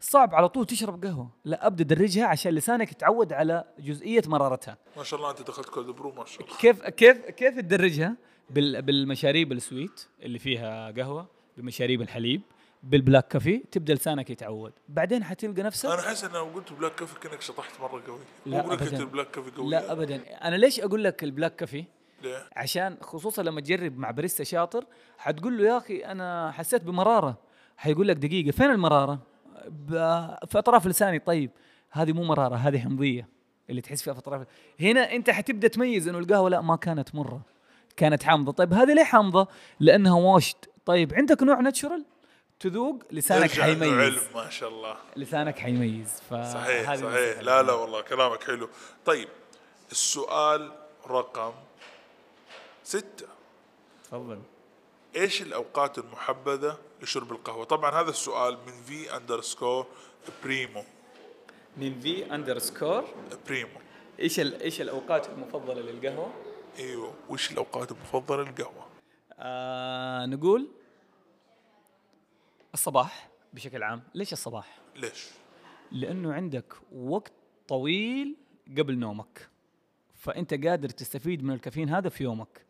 [SPEAKER 2] صعب على طول تشرب قهوه لا ابدا درجها عشان لسانك يتعود على جزئيه مرارتها
[SPEAKER 1] ما شاء الله انت دخلت كولد برو ما شاء الله
[SPEAKER 2] كيف كيف كيف تدرجها بال بالمشاريب السويت اللي فيها قهوه بمشاريب الحليب بالبلاك كافي تبدا لسانك يتعود بعدين حتلقى نفسك
[SPEAKER 1] انا حاسس ان لو قلت بلاك كافي كانك شطحت مره قوي
[SPEAKER 2] لا
[SPEAKER 1] مو قلت
[SPEAKER 2] أبداً.
[SPEAKER 1] البلاك كافي قوي
[SPEAKER 2] لا ابدا انا ليش اقول لك البلاك كافي
[SPEAKER 1] ليه؟
[SPEAKER 2] عشان خصوصا لما تجرب مع باريستا شاطر حتقول له يا اخي انا حسيت بمراره حيقول لك دقيقه فين المراره ب- في اطراف لساني طيب هذه مو مراره هذه حمضيه اللي تحس فيها في اطراف هنا انت حتبدا تميز انه القهوه لا ما كانت مره كانت حامضه طيب هذه ليه حامضه لانها واشت طيب عندك نوع ناتشورال تذوق لسانك
[SPEAKER 1] ارجع إنه
[SPEAKER 2] حيميز آه،
[SPEAKER 1] علم ما شاء الله
[SPEAKER 2] لسانك حيميز
[SPEAKER 1] صحيح
[SPEAKER 2] فهذه
[SPEAKER 1] صحيح
[SPEAKER 2] المسألة.
[SPEAKER 1] لا لا والله كلامك حلو طيب السؤال رقم ستة
[SPEAKER 2] تفضل
[SPEAKER 1] ايش الاوقات المحبذه لشرب القهوه؟ طبعا هذا السؤال من في اندرسكور بريمو
[SPEAKER 2] من في اندرسكور
[SPEAKER 1] بريمو
[SPEAKER 2] ايش ال- ايش الاوقات المفضله للقهوه؟
[SPEAKER 1] ايوه وش الاوقات المفضله للقهوه؟
[SPEAKER 2] آه نقول الصباح بشكل عام، ليش الصباح؟
[SPEAKER 1] ليش؟
[SPEAKER 2] لانه عندك وقت طويل قبل نومك فانت قادر تستفيد من الكافيين هذا في يومك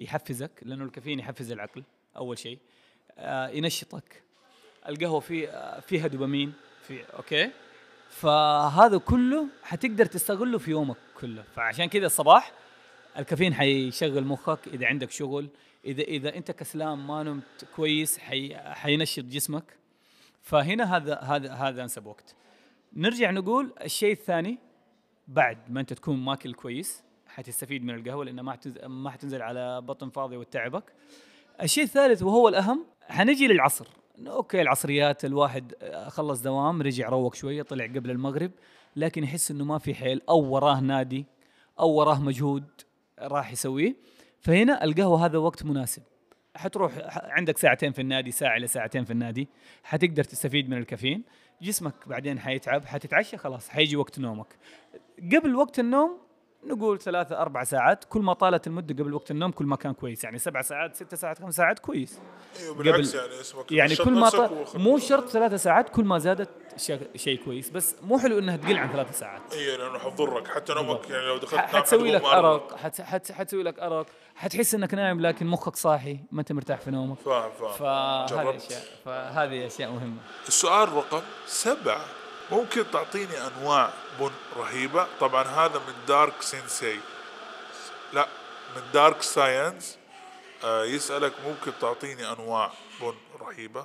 [SPEAKER 2] يحفزك لانه الكافيين يحفز العقل اول شيء آه ينشطك القهوه في آه فيها دوبامين في اوكي فهذا كله حتقدر تستغله في يومك كله فعشان كذا الصباح الكافيين حيشغل مخك اذا عندك شغل اذا اذا انت كسلان ما نمت كويس حي حينشط جسمك فهنا هذا هذا هذا انسب وقت نرجع نقول الشيء الثاني بعد ما انت تكون ماكل كويس حتستفيد من القهوه لان ما حتنز- ما حتنزل على بطن فاضي وتعبك الشيء الثالث وهو الاهم حنجي للعصر اوكي العصريات الواحد آه، خلص دوام رجع روق شويه طلع قبل المغرب لكن يحس انه ما في حيل او وراه نادي او وراه مجهود راح يسويه فهنا القهوه هذا وقت مناسب حتروح ح- عندك ساعتين في النادي ساعه الى ساعتين في النادي حتقدر تستفيد من الكافيين جسمك بعدين حيتعب حتتعشى خلاص حيجي وقت نومك قبل وقت النوم نقول ثلاثة أربع ساعات كل ما طالت المدة قبل وقت النوم كل ما كان كويس يعني سبع ساعات ست ساعات خمس ساعات كويس
[SPEAKER 1] ايوه بالعكس
[SPEAKER 2] قبل-
[SPEAKER 1] يعني اسمك
[SPEAKER 2] يعني
[SPEAKER 1] نشط
[SPEAKER 2] كل ما
[SPEAKER 1] نفسك
[SPEAKER 2] طال
[SPEAKER 1] وخ-
[SPEAKER 2] مو شرط ثلاثة ساعات كل ما زادت شيء شيء كويس بس مو حلو انها تقل عن ثلاثة ساعات
[SPEAKER 1] ايوه لانه حتضرك حتى نومك يعني لو دخلت
[SPEAKER 2] ح-
[SPEAKER 1] نام
[SPEAKER 2] حتسوي
[SPEAKER 1] حتقوم
[SPEAKER 2] لك
[SPEAKER 1] أربعة.
[SPEAKER 2] أرق حت حت حتسوي لك أرق حتحس انك نايم لكن مخك صاحي ما انت مرتاح في نومك
[SPEAKER 1] فاهم فاهم
[SPEAKER 2] فهذه
[SPEAKER 1] جربت.
[SPEAKER 2] اشياء فهذه اشياء مهمه
[SPEAKER 1] السؤال رقم سبعة ممكن تعطيني انواع بن رهيبه طبعا هذا من دارك سينسي لا من دارك ساينس آه يسالك ممكن تعطيني انواع بن رهيبه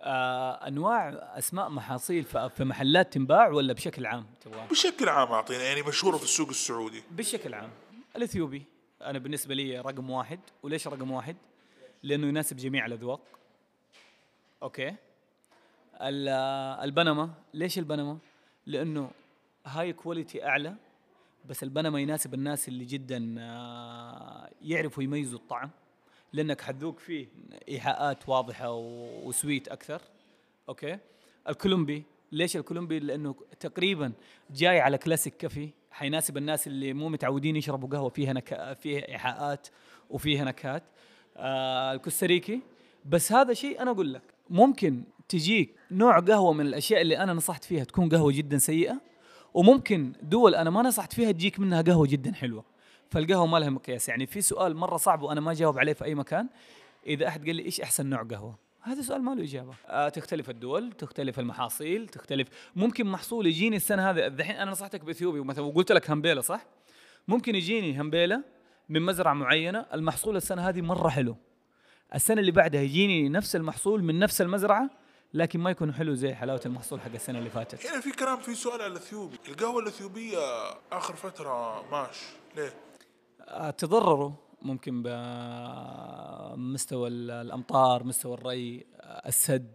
[SPEAKER 2] آه انواع اسماء محاصيل ف- في محلات تنباع ولا بشكل عام تبغى
[SPEAKER 1] بشكل عام اعطينا يعني مشهوره في السوق السعودي
[SPEAKER 2] بشكل عام الاثيوبي انا بالنسبه لي رقم واحد وليش رقم واحد لانه يناسب جميع الاذواق اوكي ال- البنما ليش البنما لانه هاي كواليتي اعلى بس البنما يناسب الناس اللي جدا آه، يعرفوا يميزوا الطعم لانك حتذوق فيه ايحاءات واضحه و- وسويت اكثر اوكي الكولومبي ليش الكولومبي لانه تقريبا جاي على كلاسيك كافي حيناسب الناس اللي مو متعودين يشربوا قهوه فيها نكا فيها ايحاءات وفيها نكهات آه الكوستاريكي بس هذا شيء انا اقول لك ممكن تجيك نوع قهوه من الاشياء اللي انا نصحت فيها تكون قهوه جدا سيئه وممكن دول انا ما نصحت فيها تجيك منها قهوه جدا حلوه فالقهوه ما لها مقياس يعني في سؤال مره صعب وانا ما جاوب عليه في اي مكان اذا احد قال لي ايش احسن نوع قهوه هذا سؤال ما له اجابه آه تختلف الدول تختلف المحاصيل تختلف ممكن محصول يجيني السنه هذه الحين انا نصحتك باثيوبي مثلا وقلت لك همبيله صح ممكن يجيني همبيله من مزرعه معينه المحصول السنه هذه مره حلو السنه اللي بعدها يجيني نفس المحصول من نفس المزرعه لكن ما يكون حلو زي حلاوه المحصول حق السنه اللي فاتت
[SPEAKER 1] هنا في كلام في سؤال على الاثيوبي القهوه الاثيوبيه اخر فتره ماش ليه
[SPEAKER 2] آه، تضرروا ممكن بمستوى ال- الامطار مستوى الري آه، السد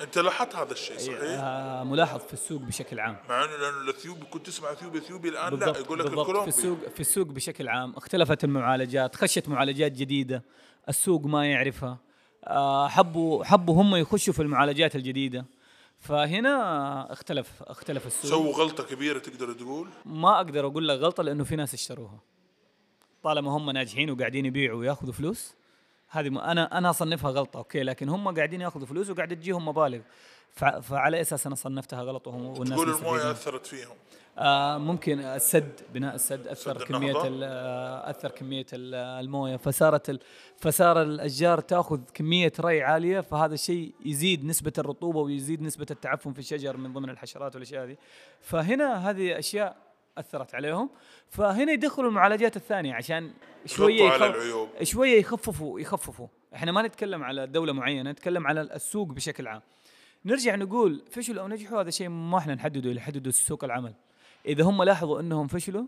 [SPEAKER 1] انت لاحظت هذا الشيء صحيح
[SPEAKER 2] آه، ملاحظ في السوق بشكل عام
[SPEAKER 1] مع انه لانه الاثيوبي كنت تسمع اثيوبي اثيوبي الان لا يقول لك
[SPEAKER 2] بالضبط في
[SPEAKER 1] الكولومبي
[SPEAKER 2] السوق في السوق بشكل عام اختلفت المعالجات خشت معالجات جديده السوق ما يعرفها آه، حبوا حبوا هم يخشوا في المعالجات الجديده فهنا اختلف اختلف السوق
[SPEAKER 1] سووا غلطه كبيره تقدر تقول
[SPEAKER 2] ما اقدر اقول لك غلطه لانه في ناس اشتروها طالما هم ناجحين وقاعدين يبيعوا وياخذوا فلوس هذه ما انا انا اصنفها غلطه اوكي لكن هم قاعدين ياخذوا فلوس وقاعد تجيهم مبالغ فع- فعلى اساس انا صنفتها غلط وهم والناس
[SPEAKER 1] تقول
[SPEAKER 2] مستفيدين.
[SPEAKER 1] المويه اثرت فيهم
[SPEAKER 2] آه ممكن السد بناء السد اثر
[SPEAKER 1] سد
[SPEAKER 2] كميه
[SPEAKER 1] النهضة.
[SPEAKER 2] ال- آه، اثر كميه ال- آه، المويه فصارت ال- فصار الاشجار تاخذ كميه ري عاليه فهذا الشيء يزيد نسبه الرطوبه ويزيد نسبه التعفن في الشجر من ضمن الحشرات والاشياء هذه فهنا هذه اشياء اثرت عليهم فهنا يدخلوا المعالجات الثانيه عشان شويه
[SPEAKER 1] غطوا على
[SPEAKER 2] يخف-
[SPEAKER 1] العيوب.
[SPEAKER 2] شويه يخففوا يخففوا احنا ما نتكلم على دوله معينه نتكلم على السوق بشكل عام نرجع نقول فشلوا او نجحوا هذا شيء ما احنا نحدده اللي يحدده سوق العمل اذا هم لاحظوا انهم فشلوا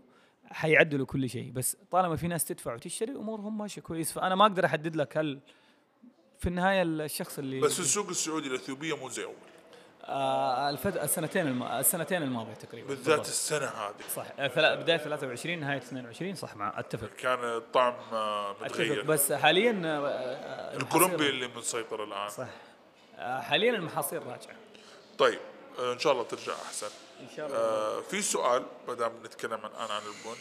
[SPEAKER 2] حيعدلوا كل شيء بس طالما في ناس تدفع وتشتري امورهم ماشيه كويس فانا ما اقدر احدد لك هل في النهايه الشخص اللي
[SPEAKER 1] بس السوق السعودي الاثيوبيه مو زي اول
[SPEAKER 2] آه الفت... السنتين الم... السنتين الماضيه تقريبا
[SPEAKER 1] بالذات
[SPEAKER 2] بالضبط.
[SPEAKER 1] السنه هذه
[SPEAKER 2] صح آه، ثلا- بدايه 23 نهايه 22 صح مع اتفق
[SPEAKER 1] كان الطعم آه،
[SPEAKER 2] اتفق
[SPEAKER 1] متغير
[SPEAKER 2] بس حاليا آه، آه،
[SPEAKER 1] الكولومبي
[SPEAKER 2] المحاصيل-
[SPEAKER 1] اللي مسيطر الان
[SPEAKER 2] صح آه، حاليا المحاصيل راجعه
[SPEAKER 1] طيب آه، ان شاء الله ترجع احسن
[SPEAKER 2] ان شاء الله
[SPEAKER 1] آه في سؤال ما دام نتكلم الان عن البن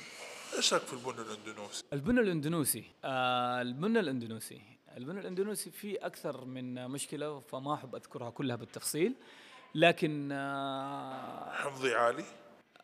[SPEAKER 1] ايش رايك في البن الاندونيسي؟
[SPEAKER 2] البن الاندونيسي آه البن الاندونيسي البن الاندونيسي فيه اكثر من مشكله فما احب اذكرها كلها بالتفصيل لكن آه
[SPEAKER 1] حمضي عالي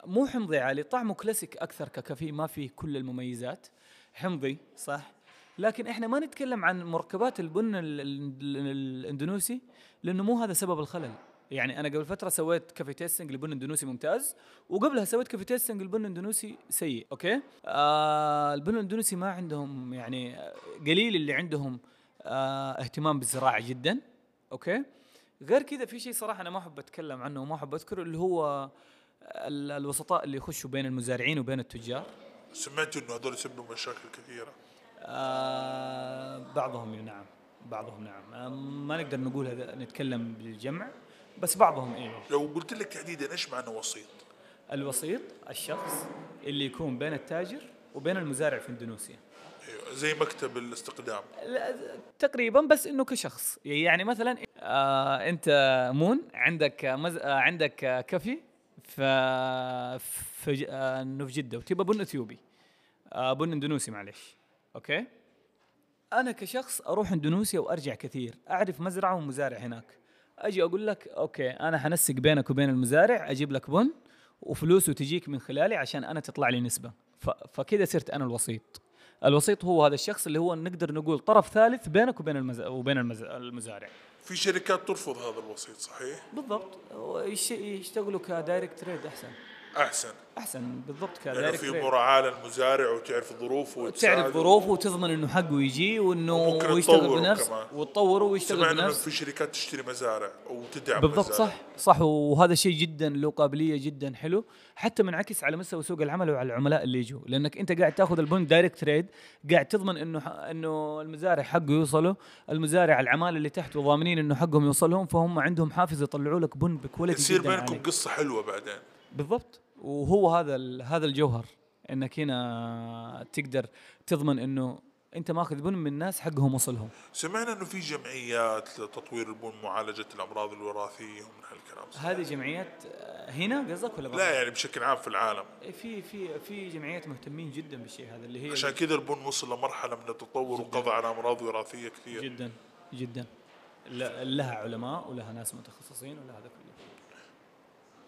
[SPEAKER 2] مو حمضي عالي طعمه كلاسيك اكثر ككافيه ما فيه كل المميزات حمضي صح لكن احنا ما نتكلم عن مركبات البن ال- ال- الاندونيسي لانه مو هذا سبب الخلل يعني انا قبل فتره سويت كافي تيستنج لبن اندونيسي ممتاز وقبلها سويت كافي تيستنج لبن اندونيسي سيء اوكي آه البن الاندونيسي ما عندهم يعني آه، قليل اللي عندهم آه اهتمام بالزراعه جدا اوكي غير كذا في شيء صراحه انا ما احب اتكلم عنه وما احب اذكره اللي هو ال- الوسطاء اللي يخشوا بين المزارعين وبين التجار
[SPEAKER 1] سمعت انه هذول يسببوا مشاكل كثيره
[SPEAKER 2] آه، بعضهم نعم بعضهم نعم آه، ما نقدر نقول هذا نتكلم بالجمع بس بعضهم ايه
[SPEAKER 1] لو قلت لك تحديدا ايش معنى وسيط؟
[SPEAKER 2] الوسيط الشخص اللي يكون بين التاجر وبين المزارع في اندونيسيا
[SPEAKER 1] أيوة، زي مكتب الاستقدام
[SPEAKER 2] لا، تقريبا بس انه كشخص يعني مثلا آه انت مون عندك مز... آه عندك آه، كافي ف في ج- آه، إنه في جده وتبى بن اثيوبي آه بن اندونيسي معلش اوكي انا كشخص اروح اندونيسيا وارجع كثير اعرف مزرعه ومزارع هناك اجي اقول لك اوكي انا حنسق بينك وبين المزارع اجيب لك بن وفلوسه تجيك من خلالي عشان انا تطلع لي نسبه ف... فكذا صرت انا الوسيط الوسيط هو هذا الشخص اللي هو نقدر نقول طرف ثالث بينك وبين المز... وبين المز... المزارع
[SPEAKER 1] في شركات ترفض هذا الوسيط صحيح؟
[SPEAKER 2] بالضبط يش- يشتغلوا كدايركت تريد احسن
[SPEAKER 1] احسن
[SPEAKER 2] احسن بالضبط
[SPEAKER 1] لانه
[SPEAKER 2] كدايركت
[SPEAKER 1] يعني في
[SPEAKER 2] تريد
[SPEAKER 1] مراعاه للمزارع وتعرف ظروفه وتساعده.
[SPEAKER 2] تعرف ظروفه وتضمن انه حقه يجي وانه
[SPEAKER 1] وممكن
[SPEAKER 2] ويشتغل
[SPEAKER 1] تطوره
[SPEAKER 2] بنفس
[SPEAKER 1] كمان.
[SPEAKER 2] وتطوره ويشتغل
[SPEAKER 1] سمعنا انه
[SPEAKER 2] بنفس
[SPEAKER 1] في شركات تشتري مزارع وتدعم
[SPEAKER 2] بالضبط
[SPEAKER 1] مزارع.
[SPEAKER 2] صح صح وهذا شيء جدا له قابليه جدا حلو حتى منعكس على مستوى سوق العمل وعلى العملاء اللي يجوا لانك انت قاعد تاخذ البند دايركت تريد قاعد تضمن انه ح- انه المزارع حقه يوصله المزارع العماله اللي تحته ضامنين انه حقهم يوصلهم فهم عندهم حافز يطلعوا لك بن بكواليتي
[SPEAKER 1] يصير
[SPEAKER 2] جدا
[SPEAKER 1] بينكم
[SPEAKER 2] عالي.
[SPEAKER 1] قصه حلوه بعدين
[SPEAKER 2] بالضبط وهو هذا ال- هذا الجوهر انك هنا تقدر تضمن انه انت ماخذ بن من ناس حقهم وصلهم
[SPEAKER 1] سمعنا انه في جمعيات لتطوير البن معالجه الامراض الوراثيه ومن هالكلام
[SPEAKER 2] هذه جمعيات آه، هنا قصدك ولا برا؟
[SPEAKER 1] لا يعني بشكل عام في العالم
[SPEAKER 2] إيه، في في في جمعيات مهتمين جدا بالشيء هذا اللي هي
[SPEAKER 1] عشان كذا البن وصل لمرحله من التطور وقضى على امراض وراثيه كثير
[SPEAKER 2] جدا جدا لا- لها علماء ولها ناس متخصصين ولها هذا كله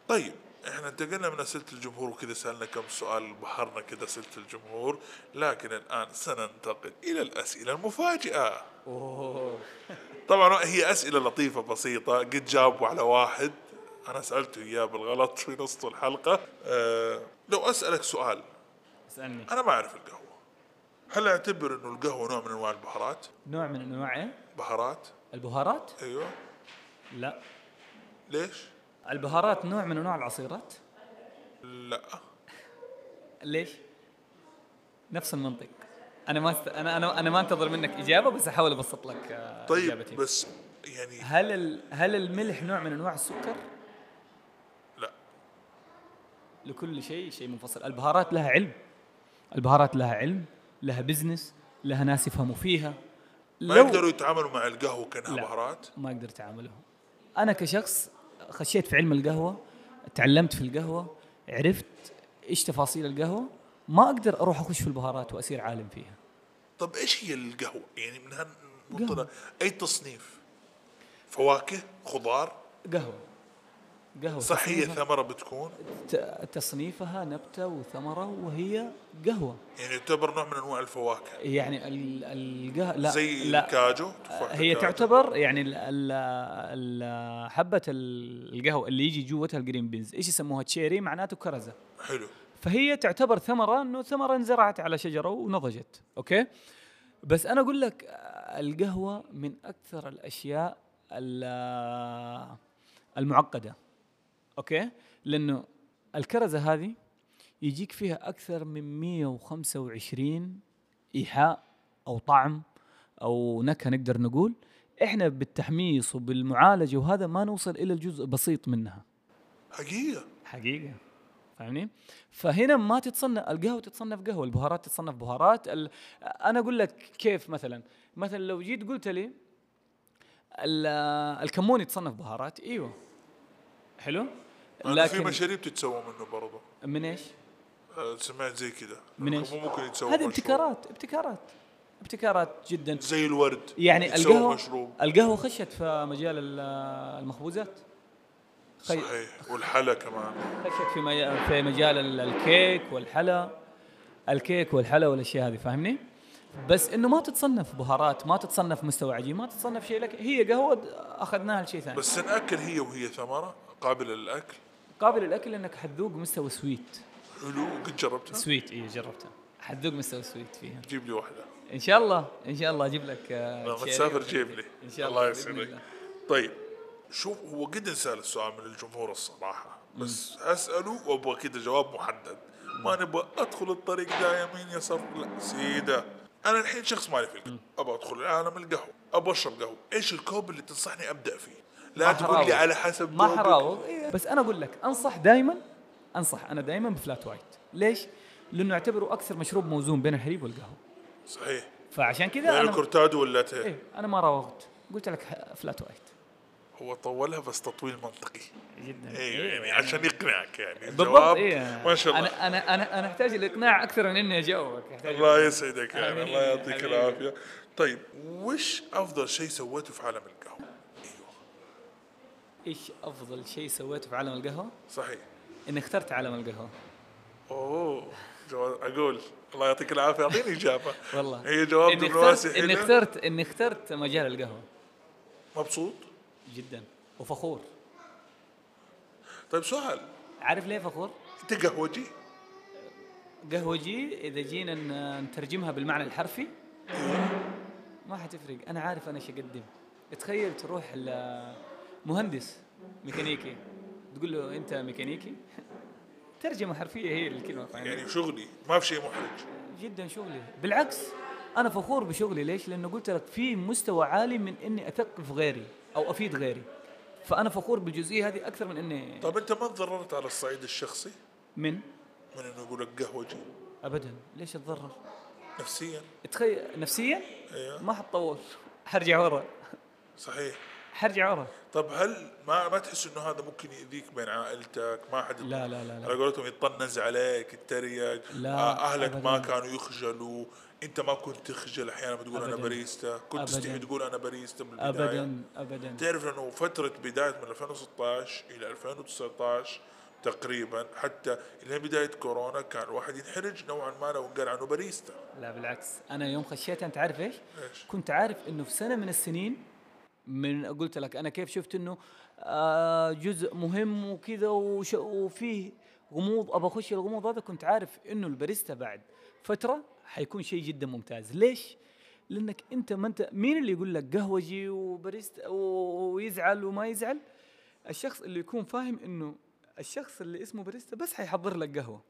[SPEAKER 1] طيب احنا انتقلنا من اسئله الجمهور وكذا سالنا كم سؤال بحرنا كذا اسئله الجمهور لكن الان سننتقل الى الاسئله المفاجئه
[SPEAKER 2] اوه
[SPEAKER 1] طبعا هي اسئله لطيفه بسيطه قد جاوبوا على واحد انا سالته اياه بالغلط في نص الحلقه أه لو اسالك سؤال
[SPEAKER 2] اسالني
[SPEAKER 1] انا ما اعرف القهوه هل اعتبر انه القهوه نوع من انواع البهارات
[SPEAKER 2] نوع من انواع
[SPEAKER 1] بهارات
[SPEAKER 2] البهارات
[SPEAKER 1] ايوه
[SPEAKER 2] لا
[SPEAKER 1] ليش
[SPEAKER 2] البهارات نوع من انواع العصيرات
[SPEAKER 1] لا
[SPEAKER 2] ليش؟ نفس المنطق انا ما است... انا انا انا ما انتظر منك اجابه بس احاول ابسط لك آه،
[SPEAKER 1] طيب
[SPEAKER 2] اجابتي
[SPEAKER 1] بس يعني
[SPEAKER 2] هل ال... هل الملح نوع من انواع السكر؟
[SPEAKER 1] لا
[SPEAKER 2] لكل شيء شيء منفصل، البهارات لها علم البهارات لها علم، لها بزنس، لها ناس يفهموا فيها
[SPEAKER 1] ما يقدروا يتعاملوا مع القهوه كانها
[SPEAKER 2] لا.
[SPEAKER 1] بهارات
[SPEAKER 2] ما اقدر تعامله انا كشخص خشيت في علم القهوه تعلمت في القهوه عرفت ايش تفاصيل القهوه ما اقدر اروح اخش في البهارات واسير عالم فيها
[SPEAKER 1] طب ايش هي القهوه يعني من هالمنطلق اي تصنيف فواكه خضار
[SPEAKER 2] قهوه قهوه
[SPEAKER 1] صحيه
[SPEAKER 2] تصنيفها-
[SPEAKER 1] ثمره بتكون
[SPEAKER 2] ت- تصنيفها نبته وثمره وهي قهوه
[SPEAKER 1] يعني يعتبر نوع من انواع الفواكه
[SPEAKER 2] يعني ال- القه... لا
[SPEAKER 1] زي
[SPEAKER 2] لا آه،
[SPEAKER 1] الكاجو تفاح
[SPEAKER 2] هي
[SPEAKER 1] الكاجو.
[SPEAKER 2] تعتبر يعني ال ال ال حبه ال- القهوه اللي يجي جوتها الجرين بينز ايش يسموها تشيري معناته كرزه
[SPEAKER 1] حلو
[SPEAKER 2] فهي تعتبر ثمره انه ثمره انزرعت على شجره ونضجت اوكي بس انا اقول لك آه، القهوه من اكثر الاشياء ال- المعقده اوكي لانه الكرزه هذه يجيك فيها اكثر من 125 ايحاء او طعم او نكهه نقدر نقول احنا بالتحميص وبالمعالجه وهذا ما نوصل الى الجزء بسيط منها
[SPEAKER 1] حقيقه
[SPEAKER 2] حقيقه فاهمني؟ فهنا ما تتصنف القهوه تتصنف قهوه، البهارات تتصنف بهارات، ال... انا اقول لك كيف مثلا، مثلا لو جيت قلت لي ال... الكمون يتصنف بهارات، ايوه حلو؟
[SPEAKER 1] لكن في
[SPEAKER 2] لكن
[SPEAKER 1] مشاريب تتسوى منه برضه
[SPEAKER 2] من ايش؟
[SPEAKER 1] آه، سمعت زي كذا
[SPEAKER 2] من
[SPEAKER 1] إنه
[SPEAKER 2] إيش؟
[SPEAKER 1] مو ممكن يتسوى
[SPEAKER 2] هذه
[SPEAKER 1] مشروب.
[SPEAKER 2] ابتكارات ابتكارات ابتكارات جدا
[SPEAKER 1] زي الورد
[SPEAKER 2] يعني
[SPEAKER 1] يتسوى
[SPEAKER 2] القهوه
[SPEAKER 1] مشروب
[SPEAKER 2] القهوه خشت في مجال ال- المخبوزات خي-
[SPEAKER 1] صحيح والحلا كمان
[SPEAKER 2] خشت في مي- في مجال ال- الكيك والحلا الكيك والحلا والاشياء هذه فاهمني؟ بس انه ما تتصنف بهارات، ما تتصنف مستوى عجين، ما تتصنف شيء لك هي قهوه د- اخذناها لشيء ثاني.
[SPEAKER 1] بس ناكل هي وهي ثمره قابله للاكل
[SPEAKER 2] قابل للاكل انك حتذوق مستوى سويت.
[SPEAKER 1] حلو قد جربتها
[SPEAKER 2] سويت اي جربتها. حتذوق مستوى سويت فيها.
[SPEAKER 1] جيب لي واحده
[SPEAKER 2] ان شاء الله ان شاء الله اجيب لك آه،
[SPEAKER 1] لما
[SPEAKER 2] شيء.
[SPEAKER 1] تسافر جيب لي
[SPEAKER 2] ان شاء الله
[SPEAKER 1] الله
[SPEAKER 2] بإذن
[SPEAKER 1] يسعدك
[SPEAKER 2] الله.
[SPEAKER 1] طيب شوف هو قد انسال السؤال من الجمهور الصراحه بس اساله وابغى كده جواب محدد ما نبغى ادخل الطريق ده يمين يسار لا سيده انا الحين شخص مالي في القهوه ابغى ادخل عالم القهوه ابغى اشرب قهوه ايش الكوب اللي تنصحني ابدا فيه لا
[SPEAKER 2] ما
[SPEAKER 1] تقول
[SPEAKER 2] حراوغ.
[SPEAKER 1] لي على حسب
[SPEAKER 2] ما
[SPEAKER 1] ذوقك.
[SPEAKER 2] حراوغ إيه. بس انا اقول لك انصح دائما انصح انا دائما بفلات وايت. ليش؟ لانه اعتبره اكثر مشروب موزون بين الحليب والقهوه.
[SPEAKER 1] صحيح
[SPEAKER 2] فعشان كذا
[SPEAKER 1] يعني
[SPEAKER 2] انا
[SPEAKER 1] الكورتادو واللاتيه
[SPEAKER 2] ايه انا ما راوغت قلت لك ه- فلات وايت
[SPEAKER 1] هو طولها بس تطويل منطقي
[SPEAKER 2] جدا
[SPEAKER 1] ايوه يعني عشان يقنعك يعني
[SPEAKER 2] إيه. بالضبط
[SPEAKER 1] الجواب
[SPEAKER 2] إيه.
[SPEAKER 1] ما شاء الله
[SPEAKER 2] انا انا انا انا احتاج الاقناع اكثر من اني اجاوبك أحتاج
[SPEAKER 1] الله يسعدك يعني
[SPEAKER 2] حبيبي،
[SPEAKER 1] الله يعطيك
[SPEAKER 2] حبيبي.
[SPEAKER 1] العافيه طيب وش افضل شيء سويته في عالم القهوه ايوه
[SPEAKER 2] ايش افضل شيء سويته في عالم القهوه؟
[SPEAKER 1] صحيح
[SPEAKER 2] اني اخترت عالم القهوه
[SPEAKER 1] اوه جواب اقول الله يعطيك العافيه اعطيني اجابه
[SPEAKER 2] والله
[SPEAKER 1] هي جواب
[SPEAKER 2] إني
[SPEAKER 1] دبلوماسي
[SPEAKER 2] اخترت- اني
[SPEAKER 1] حلو.
[SPEAKER 2] اخترت اني اخترت مجال القهوه
[SPEAKER 1] مبسوط
[SPEAKER 2] جدا وفخور
[SPEAKER 1] طيب سؤال
[SPEAKER 2] عارف ليه فخور؟
[SPEAKER 1] انت قهوجي
[SPEAKER 2] قهوجي اذا جينا ن- نترجمها بالمعنى الحرفي ما حتفرق انا عارف انا ايش اقدم تخيل تروح لمهندس ميكانيكي تقول له انت ميكانيكي ترجمه حرفيه هي الكلمه فاهم
[SPEAKER 1] يعني شغلي ما في شيء محرج
[SPEAKER 2] جدا شغلي بالعكس انا فخور بشغلي ليش لانه قلت لك في مستوى عالي من اني اثقف غيري او افيد غيري فانا فخور بالجزئيه هذه اكثر من اني
[SPEAKER 1] طيب انت ما تضررت على الصعيد الشخصي
[SPEAKER 2] من
[SPEAKER 1] من انه يقول لك قهوجي
[SPEAKER 2] ابدا ليش اتضرر
[SPEAKER 1] نفسيا
[SPEAKER 2] تخيل نفسيا
[SPEAKER 1] ايوه
[SPEAKER 2] ما حتطور حرجع ورا
[SPEAKER 1] صحيح
[SPEAKER 2] حرجع ورا
[SPEAKER 1] طب هل ما ما تحس انه هذا ممكن يأذيك بين عائلتك ما حد
[SPEAKER 2] لا لا لا
[SPEAKER 1] على
[SPEAKER 2] لا
[SPEAKER 1] قولتهم يطنز عليك يتريق
[SPEAKER 2] لا،
[SPEAKER 1] آه، اهلك ما
[SPEAKER 2] أبداً.
[SPEAKER 1] كانوا يخجلوا انت ما كنت تخجل احيانا بتقول انا
[SPEAKER 2] أبداً.
[SPEAKER 1] باريستا كنت تستحي
[SPEAKER 2] أبداً.
[SPEAKER 1] تقول انا باريستا بالبدايه
[SPEAKER 2] ابدا ابدا
[SPEAKER 1] تعرف انه فتره بدايه من 2016 الى 2019 تقريبا حتى الى بدايه كورونا كان الواحد ينحرج نوعا ما لو قال عنه باريستا
[SPEAKER 2] لا بالعكس انا يوم خشيت انت عارف ايش؟
[SPEAKER 1] ايش؟
[SPEAKER 2] كنت عارف انه في سنه من السنين من قلت لك انا كيف شفت انه آه، جزء مهم وكذا وش- وفيه غموض ابى اخش الغموض هذا كنت عارف انه الباريستا بعد فتره حيكون شيء جدا ممتاز ليش؟ لانك انت ما انت مين اللي يقول لك قهوجي وباريستا و- ويزعل وما يزعل؟ الشخص اللي يكون فاهم انه الشخص اللي اسمه باريستا بس حيحضر لك قهوه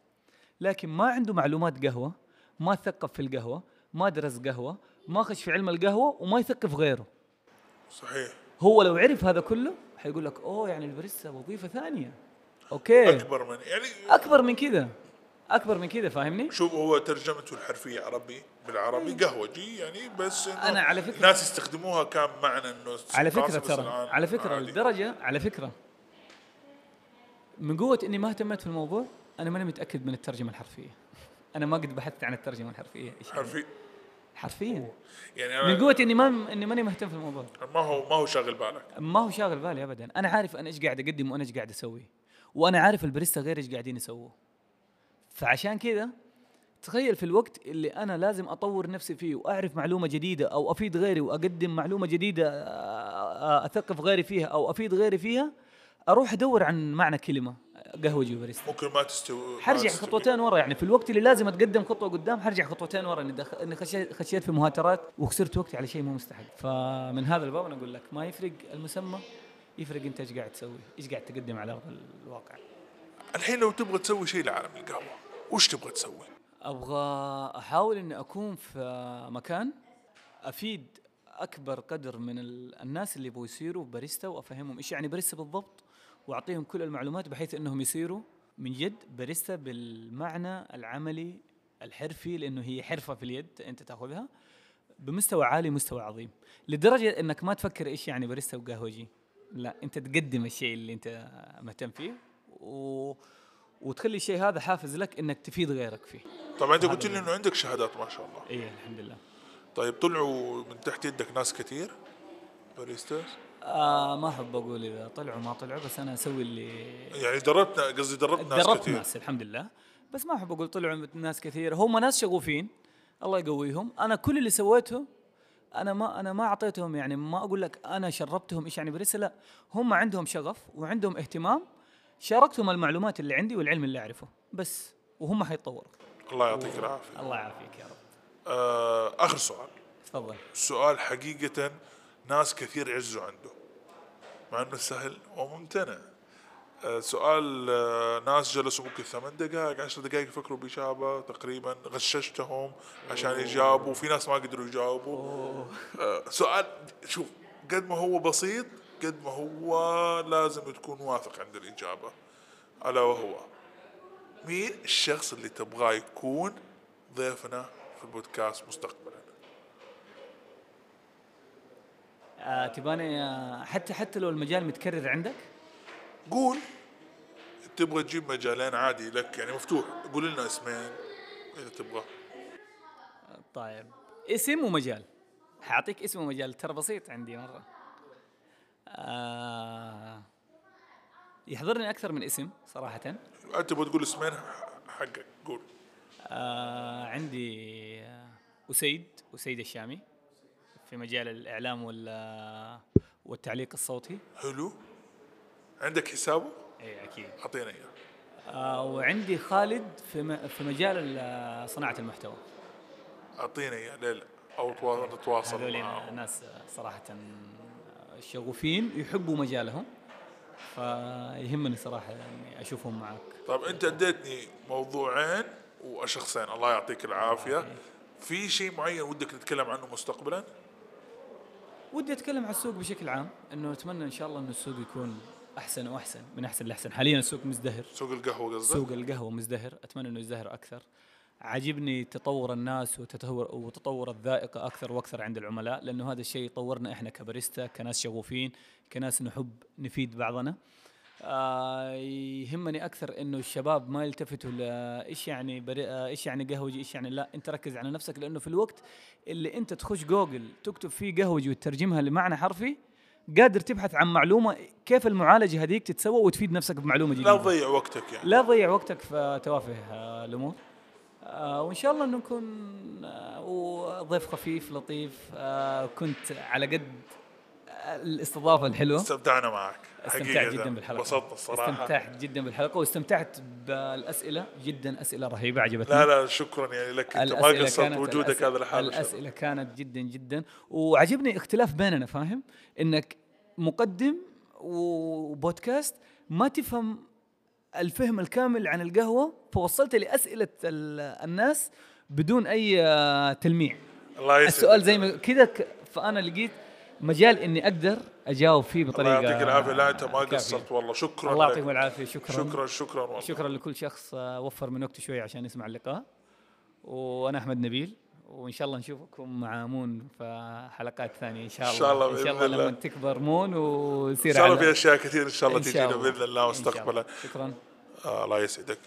[SPEAKER 2] لكن ما عنده معلومات قهوه ما ثقف في القهوه ما درس قهوه ما خش في علم القهوه وما يثقف غيره
[SPEAKER 1] صحيح
[SPEAKER 2] هو لو عرف هذا كله حيقول لك اوه يعني الباريستا وظيفه ثانيه اوكي
[SPEAKER 1] اكبر من يعني
[SPEAKER 2] اكبر من كذا اكبر من كذا فاهمني
[SPEAKER 1] شوف هو ترجمته الحرفيه عربي بالعربي قهوجي يعني بس إنه
[SPEAKER 2] أنا على فكرة-
[SPEAKER 1] الناس يستخدموها كان معنى انه
[SPEAKER 2] على
[SPEAKER 1] قاصر،
[SPEAKER 2] فكره
[SPEAKER 1] بس
[SPEAKER 2] ترى
[SPEAKER 1] الآن
[SPEAKER 2] على فكره
[SPEAKER 1] عادي.
[SPEAKER 2] الدرجه على فكره من قوه اني ما اهتميت في الموضوع انا ماني متاكد من الترجمه الحرفيه انا ما قد بحثت عن الترجمه الحرفيه ايش يعني؟
[SPEAKER 1] حرفي
[SPEAKER 2] حرفيا
[SPEAKER 1] يعني
[SPEAKER 2] من
[SPEAKER 1] انا
[SPEAKER 2] قوه اني ما اني ماني مهتم في الموضوع
[SPEAKER 1] ما هو ما هو شاغل بالك
[SPEAKER 2] ما هو شاغل بالي ابدا انا عارف انا ايش قاعد اقدم وانا ايش قاعد اسوي وانا عارف البريستا غير ايش قاعدين يسووه فعشان كذا تخيل في الوقت اللي انا لازم اطور نفسي فيه واعرف معلومه جديده او افيد غيري واقدم معلومه جديده آه، آه، اثقف غيري فيها او افيد غيري فيها اروح ادور عن معنى كلمه قهوجي وباريستا
[SPEAKER 1] ممكن ما تستوي ما
[SPEAKER 2] حرجع
[SPEAKER 1] تستوي.
[SPEAKER 2] خطوتين ورا يعني في الوقت اللي لازم اتقدم خطوه قدام حرجع خطوتين ورا اني دخ... اني خشيت خشيت في مهاترات وخسرت وقتي على شيء مو مستحق فمن هذا الباب انا اقول لك ما يفرق المسمى يفرق انت ايش قاعد تسوي ايش قاعد تقدم على ارض الواقع
[SPEAKER 1] الحين لو تبغى تسوي شيء لعالم القهوه وش تبغى تسوي؟
[SPEAKER 2] ابغى احاول اني اكون في مكان افيد اكبر قدر من ال- الناس اللي يبغوا يصيروا باريستا وافهمهم ايش يعني باريستا بالضبط واعطيهم كل المعلومات بحيث انهم يصيروا من جد باريستا بالمعنى العملي الحرفي لانه هي حرفه في اليد انت تاخذها بمستوى عالي مستوى عظيم لدرجه انك ما تفكر ايش يعني باريستا وقهوجي لا انت تقدم الشيء اللي انت مهتم فيه و... وتخلي الشيء هذا حافز لك انك تفيد غيرك فيه
[SPEAKER 1] طبعا انت قلت لي انه عندك شهادات ما شاء الله
[SPEAKER 2] ايه الحمد لله
[SPEAKER 1] طيب طلعوا من تحت يدك ناس كثير باريستاز
[SPEAKER 2] آه ما احب اقول اذا طلعوا ما طلعوا بس انا اسوي اللي
[SPEAKER 1] يعني دربتنا قصدي دربت ناس
[SPEAKER 2] دربت
[SPEAKER 1] كثير
[SPEAKER 2] ناس الحمد لله بس ما احب اقول طلعوا ناس كثير هم ناس شغوفين الله يقويهم انا كل اللي سويته انا ما انا ما اعطيتهم يعني ما اقول لك انا شربتهم ايش يعني بريسا لا هم عندهم شغف وعندهم اهتمام شاركتهم المعلومات اللي عندي والعلم اللي اعرفه بس وهم حيتطوروا
[SPEAKER 1] الله يعطيك العافيه
[SPEAKER 2] الله يعافيك يا رب
[SPEAKER 1] آه اخر سؤال
[SPEAKER 2] تفضل
[SPEAKER 1] سؤال حقيقه ناس كثير عزوا عنده مع انه سهل وممتنع آه سؤال آه ناس جلسوا ممكن ثمان دقائق عشر دقائق يفكروا بإجابة تقريبا غششتهم عشان يجاوبوا في ناس ما قدروا يجاوبوا آه، سؤال شوف قد ما هو بسيط قد ما هو لازم تكون واثق عند الإجابة ألا وهو مين الشخص اللي تبغاه يكون ضيفنا في البودكاست مستقبلا
[SPEAKER 2] آه تباني آه حتى حتى لو المجال متكرر عندك
[SPEAKER 1] قول تبغى تجيب مجالين عادي لك يعني مفتوح قول لنا اسمين إذا تبغى
[SPEAKER 2] طيب اسم ومجال حاعطيك اسم ومجال ترى بسيط عندي مره آه يحضرني اكثر من اسم صراحه
[SPEAKER 1] أنت تبغى تقول اسمين حقك قول
[SPEAKER 2] آه عندي آه، اسيد اسيد الشامي في مجال الاعلام وال والتعليق الصوتي
[SPEAKER 1] حلو عندك حسابه
[SPEAKER 2] اي اكيد
[SPEAKER 1] أعطينا إياه
[SPEAKER 2] آه وعندي خالد في م- في مجال آه، صناعه المحتوى
[SPEAKER 1] أعطينا إياه ليلى أو توا- نتواصل
[SPEAKER 2] هذول يعني.
[SPEAKER 1] معاهم
[SPEAKER 2] ناس صراحة آه، شغوفين يحبوا مجالهم فيهمني صراحة اني اشوفهم معك
[SPEAKER 1] طيب انت اديتني موضوعين وشخصين الله يعطيك العافيه في شيء معين ودك نتكلم عنه مستقبلا
[SPEAKER 2] ودي اتكلم عن السوق بشكل عام انه اتمنى ان شاء الله انه السوق يكون احسن واحسن من احسن لاحسن حاليا السوق مزدهر
[SPEAKER 1] سوق القهوه قصدك
[SPEAKER 2] سوق القهوة مزدهر اتمنى انه يزدهر اكثر عاجبني تطور الناس وتطور وتطور الذائقه اكثر واكثر عند العملاء لانه هذا الشيء طورنا احنا كباريستا كناس شغوفين كناس نحب نفيد بعضنا آه يهمني اكثر انه الشباب ما يلتفتوا لايش يعني بري... آه، ايش يعني قهوجي ايش يعني لا انت ركز على نفسك لانه في الوقت اللي انت تخش جوجل تكتب فيه قهوجي وتترجمها لمعنى حرفي قادر تبحث عن معلومه كيف المعالجه هذيك تتسوى وتفيد نفسك بمعلومه جديده
[SPEAKER 1] لا تضيع وقتك يعني
[SPEAKER 2] لا تضيع وقتك في توافه آه، الامور آه، وان شاء الله انه نكون آه، وضيف خفيف لطيف آه، كنت على قد الاستضافه الحلوه
[SPEAKER 1] استمتعنا معك
[SPEAKER 2] استمتعت جدا بالحلقه
[SPEAKER 1] انبسطت الصراحه
[SPEAKER 2] استمتعت جدا بالحلقه واستمتعت بالاسئله جدا اسئله رهيبه عجبتني
[SPEAKER 1] لا لا شكرا يعني لك انت ما
[SPEAKER 2] الأسئلة
[SPEAKER 1] قصرت
[SPEAKER 2] كانت-
[SPEAKER 1] وجودك
[SPEAKER 2] الأسئلة-
[SPEAKER 1] هذا لحاله شرف.
[SPEAKER 2] الاسئله كانت جدا جدا وعجبني اختلاف بيننا فاهم انك مقدم وبودكاست ما تفهم الفهم الكامل عن القهوه فوصلت لاسئله ال- الناس بدون اي آه، تلميع
[SPEAKER 1] الله يسعدك
[SPEAKER 2] السؤال زي ما كذا ك- فانا لقيت مجال اني اقدر اجاوب فيه
[SPEAKER 1] الله
[SPEAKER 2] بطريقه
[SPEAKER 1] يعطيك العافيه لا انت ما
[SPEAKER 2] كافية.
[SPEAKER 1] قصرت والله شكرا
[SPEAKER 2] الله
[SPEAKER 1] لك.
[SPEAKER 2] يعطيكم العافيه شكرا
[SPEAKER 1] شكرا شكرا والله
[SPEAKER 2] شكرا لكل شخص آه، وفر من وقته شوي عشان يسمع اللقاء وانا احمد نبيل وان شاء الله نشوفكم مع مون في حلقات ثانيه ان شاء الله
[SPEAKER 1] إن شاء الله
[SPEAKER 2] ان
[SPEAKER 1] بإذن
[SPEAKER 2] شاء الله
[SPEAKER 1] الله.
[SPEAKER 2] لما تكبر مون ويصير
[SPEAKER 1] ان شاء الله
[SPEAKER 2] على-
[SPEAKER 1] في اشياء كثير ان شاء الله
[SPEAKER 2] إن شاء
[SPEAKER 1] تجينا باذن الله
[SPEAKER 2] إن شاء
[SPEAKER 1] مستقبلا
[SPEAKER 2] شكرا
[SPEAKER 1] آه الله يسعدك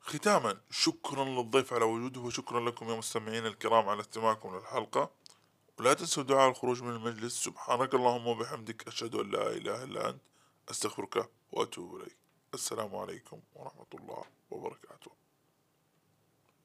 [SPEAKER 1] ختاما شكرا للضيف على وجوده وشكرا لكم يا مستمعين الكرام على استماعكم للحلقة ولا تنسوا دعاء الخروج من المجلس سبحانك اللهم وبحمدك أشهد أن لا إله إلا أنت أستغفرك وأتوب إليك السلام عليكم ورحمة الله وبركاته